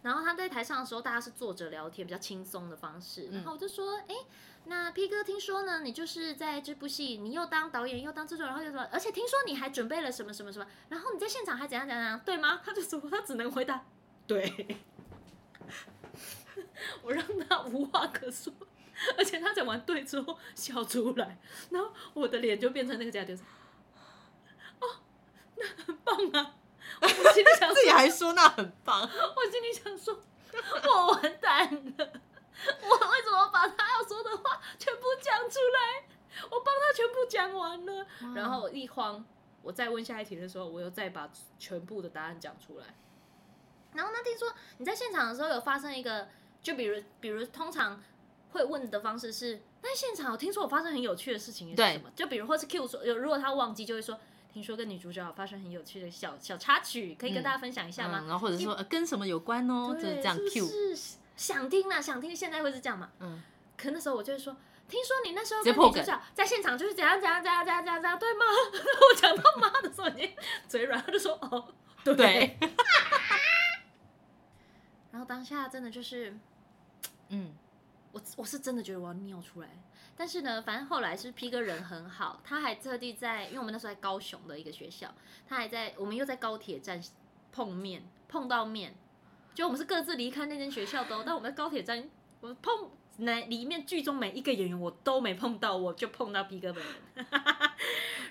Speaker 2: 然后他在台上的时候，大家是坐着聊天，比较轻松的方式。然
Speaker 1: 嗯
Speaker 2: 后我就说，哎、那 P 哥听说呢，你就是在这部戏，你又当导演又当制作人，然后又什么，而且听说你还准备了什么什么什么，然后你在现场还怎样怎样怎样，对吗？他就说，他只能回答 对。我让他无话可说，而且他讲完对之后笑出来，然后我的脸就变成那个假就是，哦，那很棒啊！我心里想 说
Speaker 1: 自己还说那很棒，
Speaker 2: 我心里想说，我完蛋了，我为什么把他要说的话全部讲出来？我帮他全部讲完了，
Speaker 1: 嗯
Speaker 2: 然后一慌，我再问下一题的时候，我又再把全部的答案讲出来。然后那听说你在现场的时候有发生一个，就比如比如通常会问的方式是，那现场我听说我发生很有趣的事情是
Speaker 1: 对
Speaker 2: 什么？就比如或是 Q 说，有如果他忘记就会说，听说跟女主角有发生很有趣的小小插曲，可以跟
Speaker 1: 嗯
Speaker 2: 大家分享一下吗？
Speaker 1: 嗯，然后或者是说、呃跟什么有关哦，就是
Speaker 2: 对，
Speaker 1: 这样
Speaker 2: 是
Speaker 1: Q，
Speaker 2: 不是想听啦，想听，现在会是这样嘛？
Speaker 1: 嗯，
Speaker 2: 可那时候我就会说，听说你那时候
Speaker 1: 直接
Speaker 2: 跟
Speaker 1: 破
Speaker 2: 女主
Speaker 1: 梗
Speaker 2: 角在现场就是怎样怎样怎样怎样怎样怎样，对吗？我讲到妈的时候，已经嘴软，他就说哦，对。
Speaker 1: 对，
Speaker 2: 然后当下真的就是
Speaker 1: 嗯，
Speaker 2: 我我是真的觉得我要尿出来。但是呢，反正后来是 P 哥人很好，他还特地在，因为我们那时候在高雄的一个学校，他还在我们又在高铁站碰面，碰到面，就我们是各自离开那间学校的哦、但我们在高铁站，我碰那里面剧中每一个演员我都没碰到，我就碰到 P 哥本人，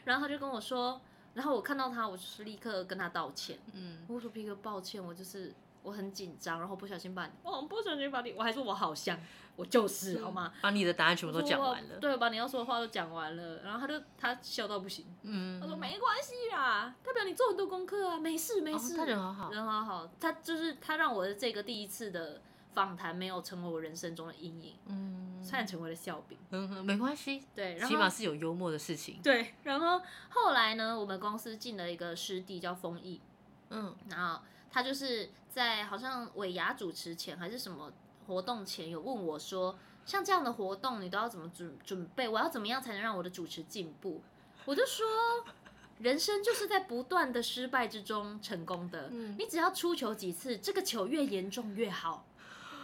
Speaker 2: 然后他就跟我说，然后我看到他，我就是立刻跟他道歉，
Speaker 1: 嗯，
Speaker 2: 我说 P 哥抱歉，我就是我很紧张，然后不小心把你，我哦不小心把你，我还说我好像，我就是好吗？
Speaker 1: 把你的答案全
Speaker 2: 我
Speaker 1: 部都
Speaker 2: 说
Speaker 1: 讲
Speaker 2: 我
Speaker 1: 完了，
Speaker 2: 对，把你要说的话都讲完了，然后他就他笑到不行，
Speaker 1: 嗯，
Speaker 2: 他说没关系啦，代表你做很多功课啊，没事没
Speaker 1: 哦
Speaker 2: 事，
Speaker 1: 他人好好，
Speaker 2: 人好好，他就是他让我的这个第一次的访谈没有成为我人生中的阴影，
Speaker 1: 嗯，
Speaker 2: 虽然成为了笑柄，
Speaker 1: 嗯，没关系，
Speaker 2: 对，然
Speaker 1: 起码
Speaker 2: 后
Speaker 1: 是有幽默的事情，
Speaker 2: 对，然后后来呢，我们公司进了一个师弟叫丰毅，
Speaker 1: 嗯，
Speaker 2: 然后他就是在好像尾牙主持前还是什么活动前，有问我说，像这样的活动你都要怎么准准备？我要怎么样才能让我的主持进步？我就说，人生就是在不断的失败之中成功的。
Speaker 1: 嗯
Speaker 2: 你只要出球几次，这个球越严重越好，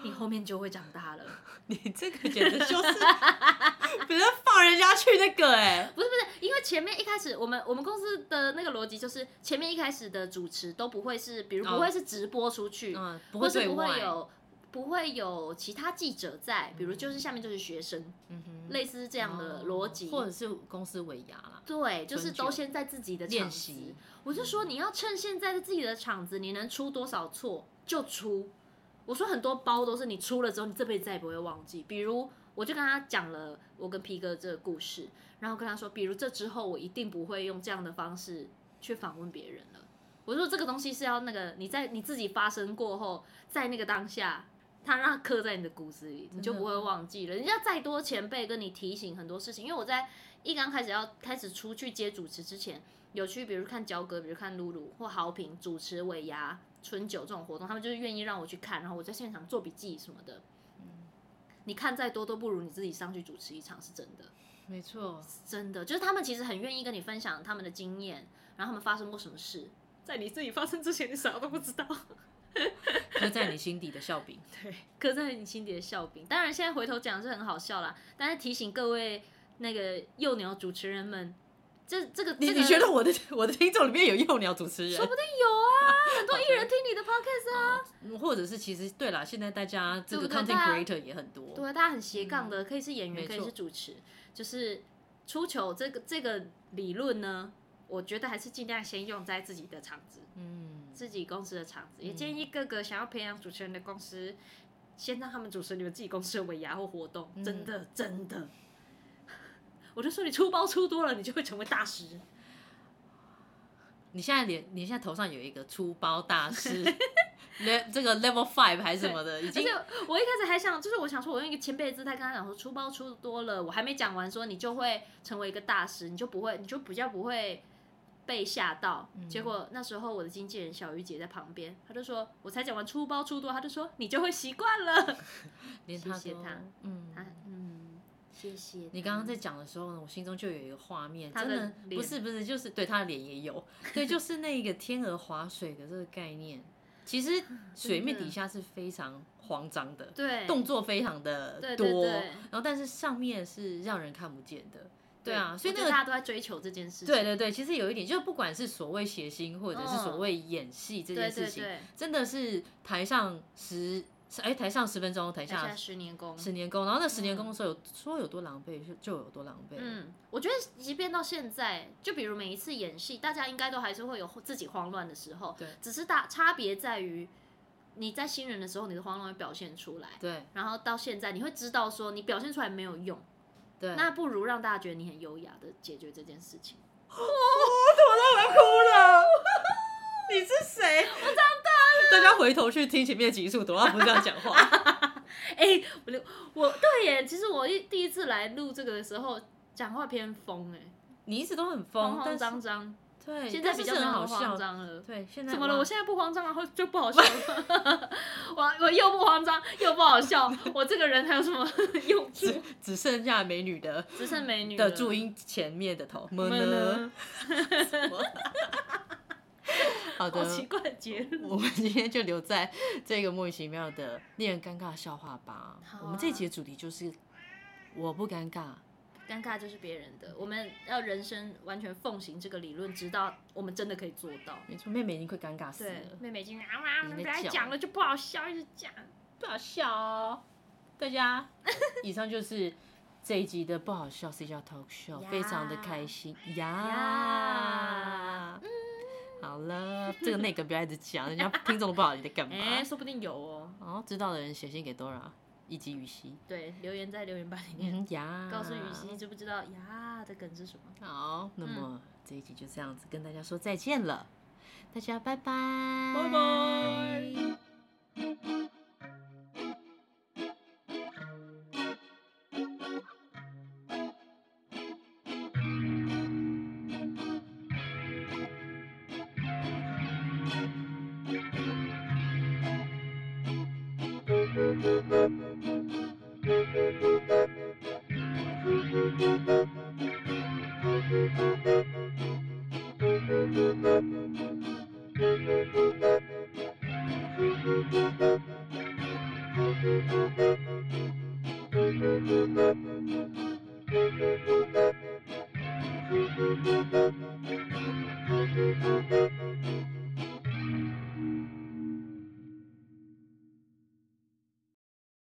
Speaker 2: 你后面就会长 大了。
Speaker 1: 你这个简直就是，不是放人家去那个哎、
Speaker 2: 不是不是，因为前面一开始我们我们公司的那个逻辑就是，前面一开始的主持都不会是，比如
Speaker 1: 哦
Speaker 2: 不会是直播出去，
Speaker 1: 嗯，不
Speaker 2: 或
Speaker 1: 会
Speaker 2: 是
Speaker 1: 对
Speaker 2: 不
Speaker 1: 外
Speaker 2: 会，有不会有其他记者在，比如就是下面就是学生，
Speaker 1: 嗯哼
Speaker 2: 类似这样的逻辑，
Speaker 1: 哦或者是公司尾牙啦，
Speaker 2: 对，就是
Speaker 1: 春酒
Speaker 2: 都先在自己的
Speaker 1: 练
Speaker 2: 场子
Speaker 1: 习。嗯
Speaker 2: 我就说你要趁现在的自己的场子，你能出多少错就出。我说很多包都是你出了之后，你这辈子再也不会忘记。比如，我就跟他讲了我跟皮哥这个故事，然后跟他说，比如这之后我一定不会用这样的方式去访问别人了。我说这个东西是要那个你在你自己发生过后，在那个当下，它让它刻在你的骨子里，你就不会忘记了。人家再多前辈跟你提醒很多事情，因为我在一刚开始要开始出去接主持之前，有去比如看焦哥，比如看露露或豪平主持尾牙、春酒这种活动，他们就是愿意让我去看，然后我在现场做笔记什么的。你看再多都不如你自己上去主持一场，是真的。
Speaker 1: 没错，
Speaker 2: 真的，就是他们其实很愿意跟你分享他们的经验，然后他们发生过什么事，在你自己发生之前，你啥都不知道。
Speaker 1: 刻在你心底的笑柄。
Speaker 2: 对，刻在你心底的笑柄。当然，现在回头讲是很好笑啦，但是提醒各位那个幼鸟主持人们，这这个
Speaker 1: 你
Speaker 2: 这个
Speaker 1: 你觉得我的 我的听众里面有幼鸟主持人
Speaker 2: 说，不定有啊，很多艺人听你的 podcast 啊，
Speaker 1: 或者是其实对啦，现在大家这
Speaker 2: 对
Speaker 1: 个
Speaker 2: 不
Speaker 1: content
Speaker 2: 对大家
Speaker 1: creator 也很多，
Speaker 2: 对，大啊家很斜杠的，可以是演员，
Speaker 1: 没
Speaker 2: 可以
Speaker 1: 错
Speaker 2: 是主持，就是出糗这个这个理论呢，我觉得还是尽量先用在自己的场子。
Speaker 1: 嗯，
Speaker 2: 自己公司的场子，也建议各个想要培养主持人的公司，先让他们主持你们自己公司的尾牙或活动，真的真的。 我就说你出包出多了，你就会成为大师。
Speaker 1: 你现在脸，你现在头上有一个粗包大 师，le 这个 level five 还是什么的，已
Speaker 2: 而
Speaker 1: 经
Speaker 2: 且我一开始还想，就是我想说，我用一个谦卑的姿态跟他讲说，出包出多了，我还没讲完，说你就会成为一个大师，你就不会，你就比较不会被吓到。结果那时候我的经纪人小鱼姐在旁边，她就说，我才讲完出包出多，她就说你就会习惯了。
Speaker 1: 连他
Speaker 2: 谢谢
Speaker 1: 都
Speaker 2: 他，
Speaker 1: 嗯，
Speaker 2: 她嗯，谢谢。
Speaker 1: 你刚刚在讲的时候呢，我心中就有一个画面，
Speaker 2: 他
Speaker 1: 真
Speaker 2: 的
Speaker 1: 的
Speaker 2: 脸
Speaker 1: 不是不是，就是对他的脸也有，对，就是那个天鹅划水的这个概念，其 实水面底下是非常慌张的，
Speaker 2: 对，
Speaker 1: 动作非常的
Speaker 2: 对对
Speaker 1: 多，
Speaker 2: 对
Speaker 1: 然后但是上面是让人看不见的，对啊，所以那
Speaker 2: 我觉
Speaker 1: 个
Speaker 2: 得大家都在追求这件事情，
Speaker 1: 对对对，其实有一点，就不管是所谓谐星，或者是所谓演戏这件
Speaker 2: 哦对
Speaker 1: 事
Speaker 2: 对
Speaker 1: 情，
Speaker 2: 对，
Speaker 1: 真的是台上十是哎台上十分钟，台
Speaker 2: 等下
Speaker 1: 下
Speaker 2: 十年功，
Speaker 1: 十年功，然后那十年功的时候有、说有多狼狈就就有多狼狈，
Speaker 2: 嗯，我觉得即便到现在，就比如每一次演戏，大家应该都还是会有自己慌乱的时候，
Speaker 1: 对，
Speaker 2: 只是大差别在于你在新人的时候，你的慌乱会表现出来，
Speaker 1: 对
Speaker 2: 然后到现在你会知道说你表现出来没有用，
Speaker 1: 对，
Speaker 2: 那不如让大家觉得你很优雅的解决这件事情。
Speaker 1: 哭了， 你是谁？我长大了。大家回头去听前面集数，朵拉不是这样讲话，
Speaker 2: 哎、我我我对耶，其实我一第一次来录这个的时候，讲话偏疯哎，
Speaker 1: 你一直都很疯，
Speaker 2: 慌慌
Speaker 1: 但是
Speaker 2: 张张，
Speaker 1: 对，
Speaker 2: 现在
Speaker 1: 但
Speaker 2: 比
Speaker 1: 是
Speaker 2: 较
Speaker 1: 是
Speaker 2: 没
Speaker 1: 很
Speaker 2: 有那
Speaker 1: 好
Speaker 2: 么慌
Speaker 1: 笑，
Speaker 2: 张了。
Speaker 1: 对，现在
Speaker 2: 怎么了？我
Speaker 1: 哇
Speaker 2: 现在不慌张然后就不好笑了。 我我又不慌张又不好笑，我这个人还有什么 用处？
Speaker 1: 只只剩下美女的
Speaker 2: 只剩美女
Speaker 1: 的
Speaker 2: 了
Speaker 1: 注。音前面的头么
Speaker 2: 我们
Speaker 1: 呢
Speaker 2: 呢？
Speaker 1: 好
Speaker 2: 好奇
Speaker 1: 的，
Speaker 2: 怪的结论。
Speaker 1: 我们今天就留在这个莫名其妙的令人尴尬的笑话吧。
Speaker 2: 好啊
Speaker 1: 我们这一集的主题就是我不尴尬，
Speaker 2: 尴尬就是别人的，我们要人生完全奉行这个理论，直到我们真的可以做到。
Speaker 1: 没错，妹妹已经快尴尬死
Speaker 2: 对
Speaker 1: 了，，
Speaker 2: 妹妹已经啊哇，
Speaker 1: 你在
Speaker 2: 不要
Speaker 1: 讲
Speaker 2: 讲了就不好笑，一直讲。
Speaker 1: 不好笑哦，大家。 以上就是这一集的不好笑 C 叫 Talk Show，
Speaker 2: 呀
Speaker 1: 非常的开心呀
Speaker 2: 呀。
Speaker 1: 好了，这个那个不要一直讲，人家听众都不好，你在干嘛？
Speaker 2: 哎、说不定有哦。
Speaker 1: 哦，知道的人写信给 Dora 以及雨熙。
Speaker 2: 对，留言在留言板里面、
Speaker 1: 嗯呀，
Speaker 2: 告诉雨欣，你知不知道呀的梗是什么？
Speaker 1: 好，那
Speaker 2: 嗯
Speaker 1: 么这一集就这样子跟大家说再见了，大家拜拜，
Speaker 2: 拜拜。
Speaker 3: Thank